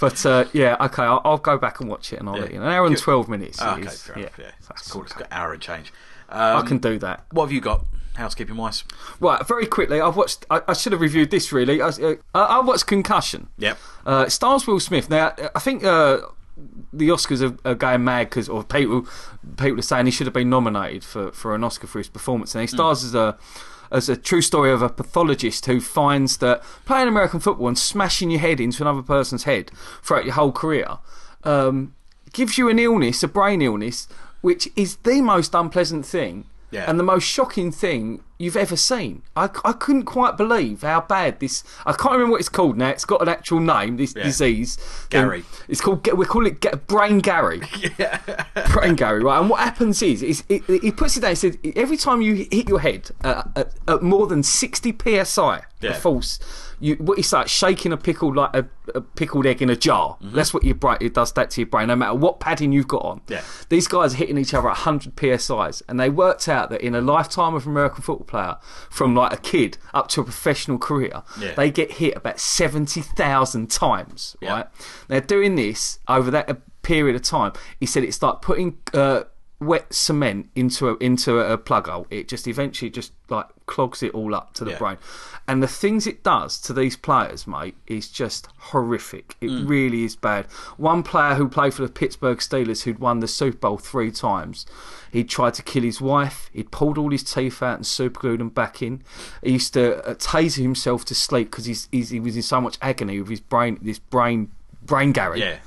Speaker 2: but uh, yeah, okay, I'll, I'll go back and watch it, and I'll let you know. An hour and twelve minutes. it
Speaker 1: Ah, okay,
Speaker 2: is.
Speaker 1: fair enough. Yeah, that's
Speaker 2: that's
Speaker 1: cool. It's got an hour and change.
Speaker 2: I
Speaker 1: Um,
Speaker 2: can do that.
Speaker 1: What have you got, housekeeping wise?
Speaker 2: Right, very quickly. I've watched. I, I should have reviewed this really. I, uh, I watched Concussion.
Speaker 1: Yep.
Speaker 2: Uh, it stars Will Smith. Now, I think uh, the Oscars are, are going mad because, or people, people are saying he should have been nominated for, for an Oscar for his performance. And he stars as a as a true story of a pathologist who finds that playing American football and smashing your head into another person's head throughout your whole career um, gives you an illness, a brain illness, which is the most unpleasant thing
Speaker 1: Yeah.
Speaker 2: and the most shocking thing you've ever seen. I, c- I couldn't quite believe how bad this. I can't remember what it's called now. It's got an actual name. This disease.
Speaker 1: Gary.
Speaker 2: Um, it's called. We call it Ga- brain Gary. brain Gary. Right. And what happens is, is it, it- he puts it down. He said every time you hit your head uh, at, at more than sixty psi,
Speaker 1: Yeah.
Speaker 2: the force. You, what it's like shaking a pickle like a, a pickled egg in a jar.
Speaker 1: Mm-hmm.
Speaker 2: That's what your brain it does that to your brain. No matter what padding you've got on,
Speaker 1: Yeah.
Speaker 2: these guys are hitting each other at 100 psi's, and they worked out that in a lifetime of American football player, from like a kid up to a professional career,
Speaker 1: Yeah.
Speaker 2: they get hit about 70,000 times.
Speaker 1: Yeah.
Speaker 2: Right? Now, doing this over that uh, period of time, he said it's like putting uh, wet cement into a into a, a plug hole. It just eventually just like clogs it all up to the
Speaker 1: Yeah.
Speaker 2: brain. And the things it does to these players, mate, is just horrific. It
Speaker 1: Mm.
Speaker 2: really is bad. One player who played for the Pittsburgh Steelers, who'd won the Super Bowl three times, he tried to kill his wife. He'd pulled all his teeth out and superglued them back in. He used to uh, taser himself to sleep because he's, he's, he was in so much agony with his brain, this brain, brain garage
Speaker 1: Yeah.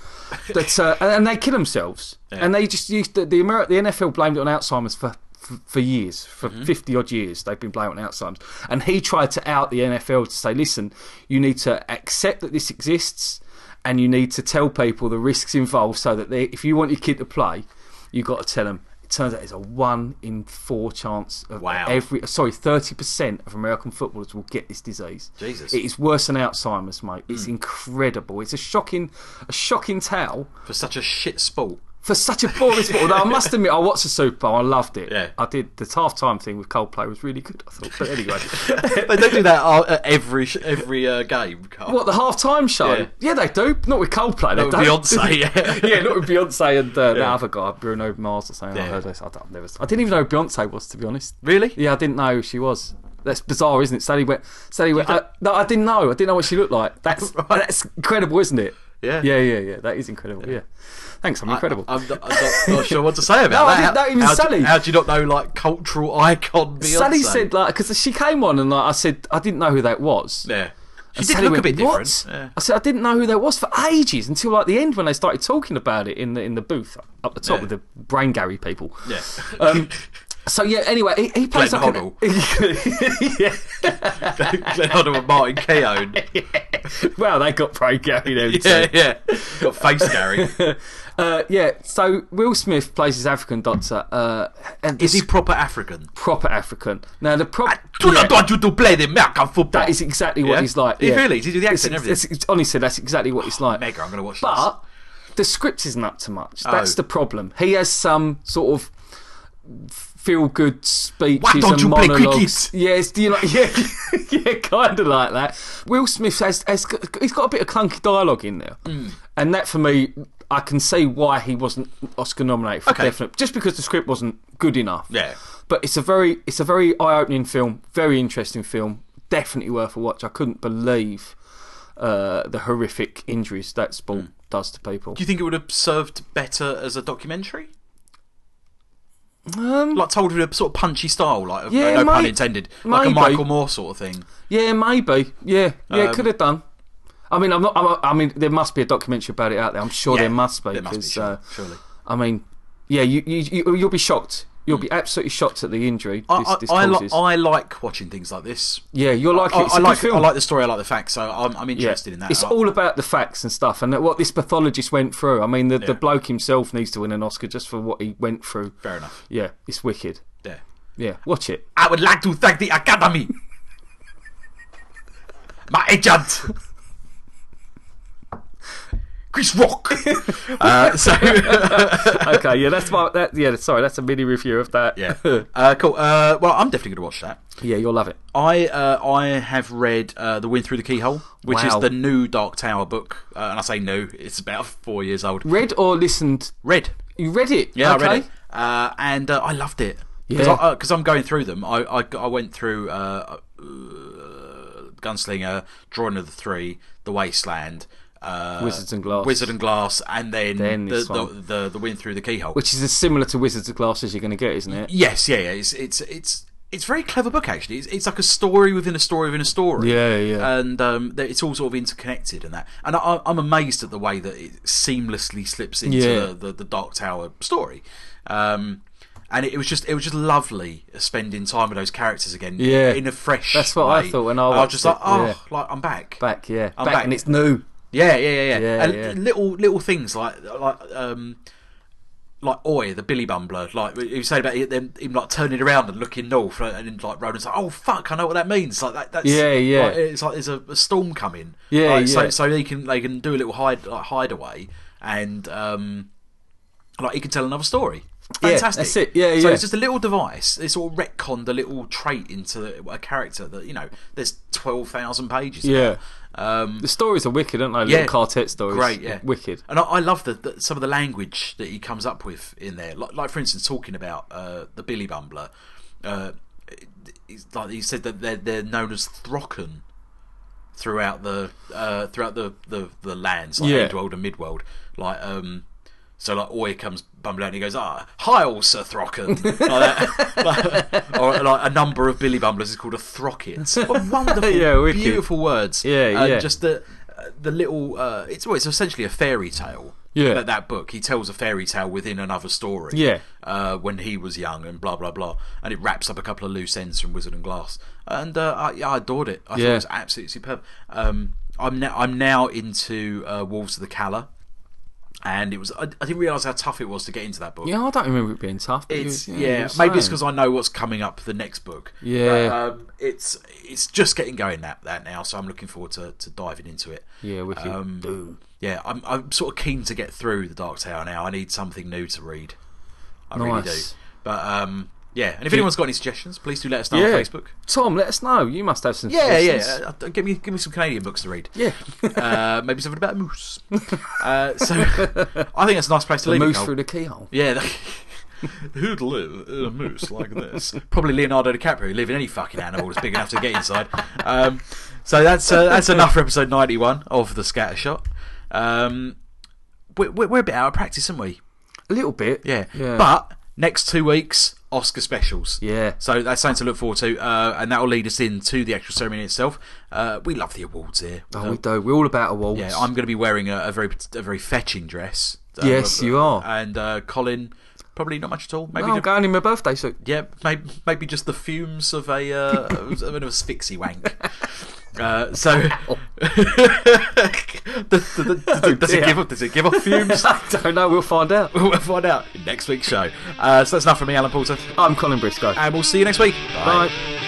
Speaker 2: that uh, and, and they kill themselves, and they just used the the, Amer- the NFL blamed it on Alzheimer's for. For, for years, for 50 odd years, they've been blaming it on Alzheimer's. And he tried to out the NFL to say, listen, you need to accept that this exists and you need to tell people the risks involved so that they, if you want your kid to play, you've got to tell them. It turns out it's a one in four chance of
Speaker 1: Wow.
Speaker 2: every, sorry, 30% of American footballers will get this disease.
Speaker 1: Jesus. Hmm.
Speaker 2: It is worse than Alzheimer's, mate. It's incredible. It's a shocking, a shocking tale
Speaker 1: For such a shit sport.
Speaker 2: for such a boring sport. Although I must admit, I watched the Super Bowl. I loved it.
Speaker 1: Yeah.
Speaker 2: I did. The halftime thing with Coldplay was really good. I thought. But anyway,
Speaker 1: they don't do that uh, at every sh- every uh, game. Carl.
Speaker 2: what the halftime show?
Speaker 1: Yeah.
Speaker 2: Yeah. they do. Not with Coldplay. They
Speaker 1: with
Speaker 2: don't.
Speaker 1: Beyonce, yeah.
Speaker 2: yeah, not with Beyonce and uh, the
Speaker 1: Yeah.
Speaker 2: other guy, Bruno Mars or something. I
Speaker 1: Yeah.
Speaker 2: heard this. I, don't, I've never, I didn't even know who Beyonce was to be honest.
Speaker 1: Really?
Speaker 2: Yeah, I didn't know who she was. That's bizarre, isn't it? Sally went. Sally went. I, no, I didn't know. I didn't know what she looked like. That's that's incredible, isn't it?
Speaker 1: Yeah.
Speaker 2: Yeah, yeah, yeah. That is incredible. Yeah. Thanks. I'm incredible.
Speaker 1: I, am not, I'm not, not sure what to say about
Speaker 2: No, I
Speaker 1: that.
Speaker 2: didn't know even
Speaker 1: how,
Speaker 2: Sally.
Speaker 1: Do, how do you not know like cultural icon? Beyonce?
Speaker 2: Sally said like because she came on and like I said I didn't know who that was.
Speaker 1: yeah. She
Speaker 2: And
Speaker 1: did
Speaker 2: Uh, Sally
Speaker 1: look a
Speaker 2: went,
Speaker 1: bit
Speaker 2: "What?"
Speaker 1: different. Yeah.
Speaker 2: I said I didn't know who that was for ages until like the end when they started talking about it in the in the booth up the top
Speaker 1: Yeah.
Speaker 2: with the brain Gary people.
Speaker 1: Yeah.
Speaker 2: Um, so yeah. Anyway, he, he plays
Speaker 1: Glenn
Speaker 2: like an- yeah.
Speaker 1: Glenn Hoddle Um, and Martin Keown.
Speaker 2: Well, they got brain Gary there too.
Speaker 1: Yeah, yeah. Got face Gary.
Speaker 2: Uh, yeah. So Will Smith plays his African doctor. Uh, and
Speaker 1: Is he
Speaker 2: this
Speaker 1: proper African?
Speaker 2: proper African? Now the prop.
Speaker 1: Do not want you to play the American football.
Speaker 2: That is exactly what
Speaker 1: Yeah?
Speaker 2: he's like.
Speaker 1: He
Speaker 2: yeah.
Speaker 1: really is. He do the
Speaker 2: It's-
Speaker 1: accent and everything.
Speaker 2: it's- it's- honestly, that's exactly what he's like.
Speaker 1: Mega, I'm going to watch
Speaker 2: But the script isn't up to much. That's
Speaker 1: Oh.
Speaker 2: the problem. He has some sort of feel good speeches
Speaker 1: Why don't
Speaker 2: and
Speaker 1: you play
Speaker 2: monologues.
Speaker 1: cricket?
Speaker 2: Yes, do you know? Yeah, yeah, kind of like that. Will Smith has, has got- he's got a bit of clunky dialogue in there,
Speaker 1: Hmm.
Speaker 2: and that for me, I can see why he wasn't Oscar nominated for
Speaker 1: Okay.
Speaker 2: definite. Just because the script wasn't good enough.
Speaker 1: Yeah.
Speaker 2: But it's a very it's a very eye opening film, very interesting film, definitely worth a watch. I couldn't believe uh, the horrific injuries that
Speaker 1: Hmm.
Speaker 2: sport does to people.
Speaker 1: Do you think it would have served better as a documentary?
Speaker 2: Um,
Speaker 1: Like told in a sort of punchy style, like
Speaker 2: Yeah,
Speaker 1: no pun
Speaker 2: may-
Speaker 1: intended, like a
Speaker 2: maybe.
Speaker 1: Michael Moore sort of thing.
Speaker 2: yeah, maybe. Yeah,
Speaker 1: Um,
Speaker 2: yeah, it could have done. I mean, I'm not. I'm, I mean, there must be a documentary about it out there. I'm sure
Speaker 1: Yeah,
Speaker 2: there must be.
Speaker 1: there must be,
Speaker 2: 'cause,
Speaker 1: sure,
Speaker 2: uh,
Speaker 1: surely.
Speaker 2: I mean, yeah, you, you, you you'll be shocked. You'll be absolutely shocked at the injury
Speaker 1: Hmm. I, I,
Speaker 2: this, this
Speaker 1: I, li-
Speaker 2: causes.
Speaker 1: I like watching things like this.
Speaker 2: yeah, you'll like
Speaker 1: I,
Speaker 2: it. It's
Speaker 1: I
Speaker 2: a
Speaker 1: like
Speaker 2: good film.
Speaker 1: I like the story. I like the facts. So I'm, I'm interested in that. Uh,
Speaker 2: It's
Speaker 1: I-
Speaker 2: all about the facts and stuff, and what this pathologist went through. I mean, the, the bloke himself needs to win an Oscar just for what he went through.
Speaker 1: fair enough.
Speaker 2: Yeah, it's wicked.
Speaker 1: There.
Speaker 2: Yeah, watch it.
Speaker 1: I would like to thank the Academy, my agent, Chris Rock. uh, so
Speaker 2: okay, yeah, that's my that. Yeah, sorry, that's a mini review of that.
Speaker 1: yeah, uh, cool. Uh, well, I'm definitely going to watch that.
Speaker 2: yeah, you'll love it.
Speaker 1: I uh, I have read uh, The Wind Through the Keyhole, which is
Speaker 2: Wow.
Speaker 1: the new Dark Tower book, uh, and I say new. It's about four years old.
Speaker 2: Read or listened?
Speaker 1: Read,
Speaker 2: You read it?
Speaker 1: yeah,
Speaker 2: okay.
Speaker 1: I read it, uh, and uh, I loved it because
Speaker 2: Yeah.
Speaker 1: I'm going through them. I I, I went through uh, uh, Gunslinger, Drawing of the Three, The Wasteland. Uh,
Speaker 2: Wizards and Glass.
Speaker 1: Wizard and Glass, and then,
Speaker 2: Then
Speaker 1: the,
Speaker 2: this
Speaker 1: the,
Speaker 2: one.
Speaker 1: the the wind through the keyhole.
Speaker 2: Which is as similar to Wizards of Glass as you're going to get, isn't it?
Speaker 1: yes, yeah, yeah, it's it's it's it's a very clever book actually. It's, it's like a story within a story within a story.
Speaker 2: Yeah, yeah.
Speaker 1: and um, that it's all sort of interconnected and that. And I, I'm amazed at the way that it seamlessly slips into
Speaker 2: Yeah.
Speaker 1: the, the, the Dark Tower story. Um, and it, it was just it was just lovely spending time with those characters again.
Speaker 2: Yeah.
Speaker 1: in a fresh.
Speaker 2: That's what I
Speaker 1: way.
Speaker 2: thought when I
Speaker 1: And was
Speaker 2: watched
Speaker 1: just like,
Speaker 2: it,
Speaker 1: oh,
Speaker 2: yeah.
Speaker 1: like I'm back.
Speaker 2: Back, yeah,
Speaker 1: I'm
Speaker 2: back,
Speaker 1: back.
Speaker 2: and it's new.
Speaker 1: Yeah, yeah, yeah, yeah.
Speaker 2: Yeah,
Speaker 1: and
Speaker 2: yeah.
Speaker 1: little little things like like um like Oi, the Billy Bumbler, like you say about it, them him like turning around and looking north, like, and then like Roland's like, oh fuck, I know what that means. Like that, that's
Speaker 2: Yeah, yeah.
Speaker 1: like, it's like there's a, a storm coming.
Speaker 2: Yeah,
Speaker 1: Like, So
Speaker 2: yeah.
Speaker 1: so they can they can do a little hide like hideaway and um like he can tell another story.
Speaker 2: Yeah,
Speaker 1: Fantastic.
Speaker 2: that's it. Yeah,
Speaker 1: so
Speaker 2: yeah.
Speaker 1: it's just a little device. It's all retconned a little trait into a character that you know. There's twelve thousand pages.
Speaker 2: Yeah,
Speaker 1: Um,
Speaker 2: the stories are wicked, aren't they?
Speaker 1: Yeah.
Speaker 2: Little quartet stories,
Speaker 1: Great, yeah.
Speaker 2: wicked.
Speaker 1: and I, I love the, the some of the language that he comes up with in there. Like, like for instance, talking about uh, the Billy Bumbler, uh, he's- like he said that they're they're known as Throcken throughout the uh, throughout the the, the lands, like
Speaker 2: Yeah.
Speaker 1: Underworld and Midworld. Like um, so like Oi comes bumbling out and he goes, ah, hi, all Sir Throcken, like that. or like a number of Billy Bumblers is called a Throcket. What wonderful,
Speaker 2: Yeah, wicked.
Speaker 1: beautiful words.
Speaker 2: Yeah,
Speaker 1: Uh,
Speaker 2: yeah.
Speaker 1: Just the the little uh, it's well, it's essentially a fairy tale.
Speaker 2: Yeah.
Speaker 1: That, that book he tells a fairy tale within another story.
Speaker 2: Yeah.
Speaker 1: Uh, when he was young and blah blah blah, and it wraps up a couple of loose ends from Wizard and Glass, and uh, I, yeah, I adored it. I thought
Speaker 2: Yeah.
Speaker 1: it was absolutely superb. Um, I'm now I'm now into uh, Wolves of the Cala, and it was I, I didn't realize how tough it was to get into that book.
Speaker 2: Yeah, I don't remember it being tough. but you-
Speaker 1: It's
Speaker 2: you
Speaker 1: yeah,
Speaker 2: were
Speaker 1: maybe it's
Speaker 2: saying.
Speaker 1: because I know what's coming up the next book.
Speaker 2: Yeah.
Speaker 1: But, um, it's it's just getting going that that now, so I'm looking forward to, to diving into it.
Speaker 2: yeah, wicked.
Speaker 1: Um, Yeah, I'm I'm sort of keen to get through the Dark Tower now. I need something new to read. I really do.
Speaker 2: Nice.
Speaker 1: But um, yeah, and if anyone's got any suggestions, please do let us know
Speaker 2: yeah,
Speaker 1: on Facebook.
Speaker 2: Tom, let us know. You must have some.
Speaker 1: Yeah,
Speaker 2: suggestions.
Speaker 1: yeah. Uh, give me give me some Canadian books to read.
Speaker 2: yeah.
Speaker 1: Uh, maybe something about a moose. uh, so I think that's a nice place to leave it.
Speaker 2: Moose
Speaker 1: Cole.
Speaker 2: through the keyhole.
Speaker 1: Yeah. Who'd live in a moose like this? Probably Leonardo DiCaprio, living any fucking animal that's big enough to get inside. Um, so that's uh, that's enough for episode 91 of The Scatter Shot. Um, we're, we're a bit out of practice, aren't we?
Speaker 2: A little bit.
Speaker 1: Yeah.
Speaker 2: Yeah.
Speaker 1: But next two weeks, Oscar specials.
Speaker 2: Yeah.
Speaker 1: So that's something to look forward to, uh, and that will lead us into the actual ceremony itself. Uh, we love the awards here.
Speaker 2: Oh, we do. We're all about awards.
Speaker 1: Yeah, I'm going to be wearing a, a very a very fetching dress. Uh,
Speaker 2: Yes, you are.
Speaker 1: And uh, Colin, probably not much at all. Maybe
Speaker 2: No, Oh, I'm
Speaker 1: just-
Speaker 2: going in my birthday suit.
Speaker 1: yeah, maybe, maybe just the fumes of a uh, of an asphyxie wank. Uh, so, does, does- does- does it
Speaker 2: Oh, dear.
Speaker 1: give up? Does it give off fumes?
Speaker 2: I don't know. We'll find out.
Speaker 1: we'll find out in next week's show. Uh, so that's enough from me, Alan Porter,
Speaker 2: I'm Colin Briscoe.
Speaker 1: and we'll see you next week.
Speaker 2: Bye.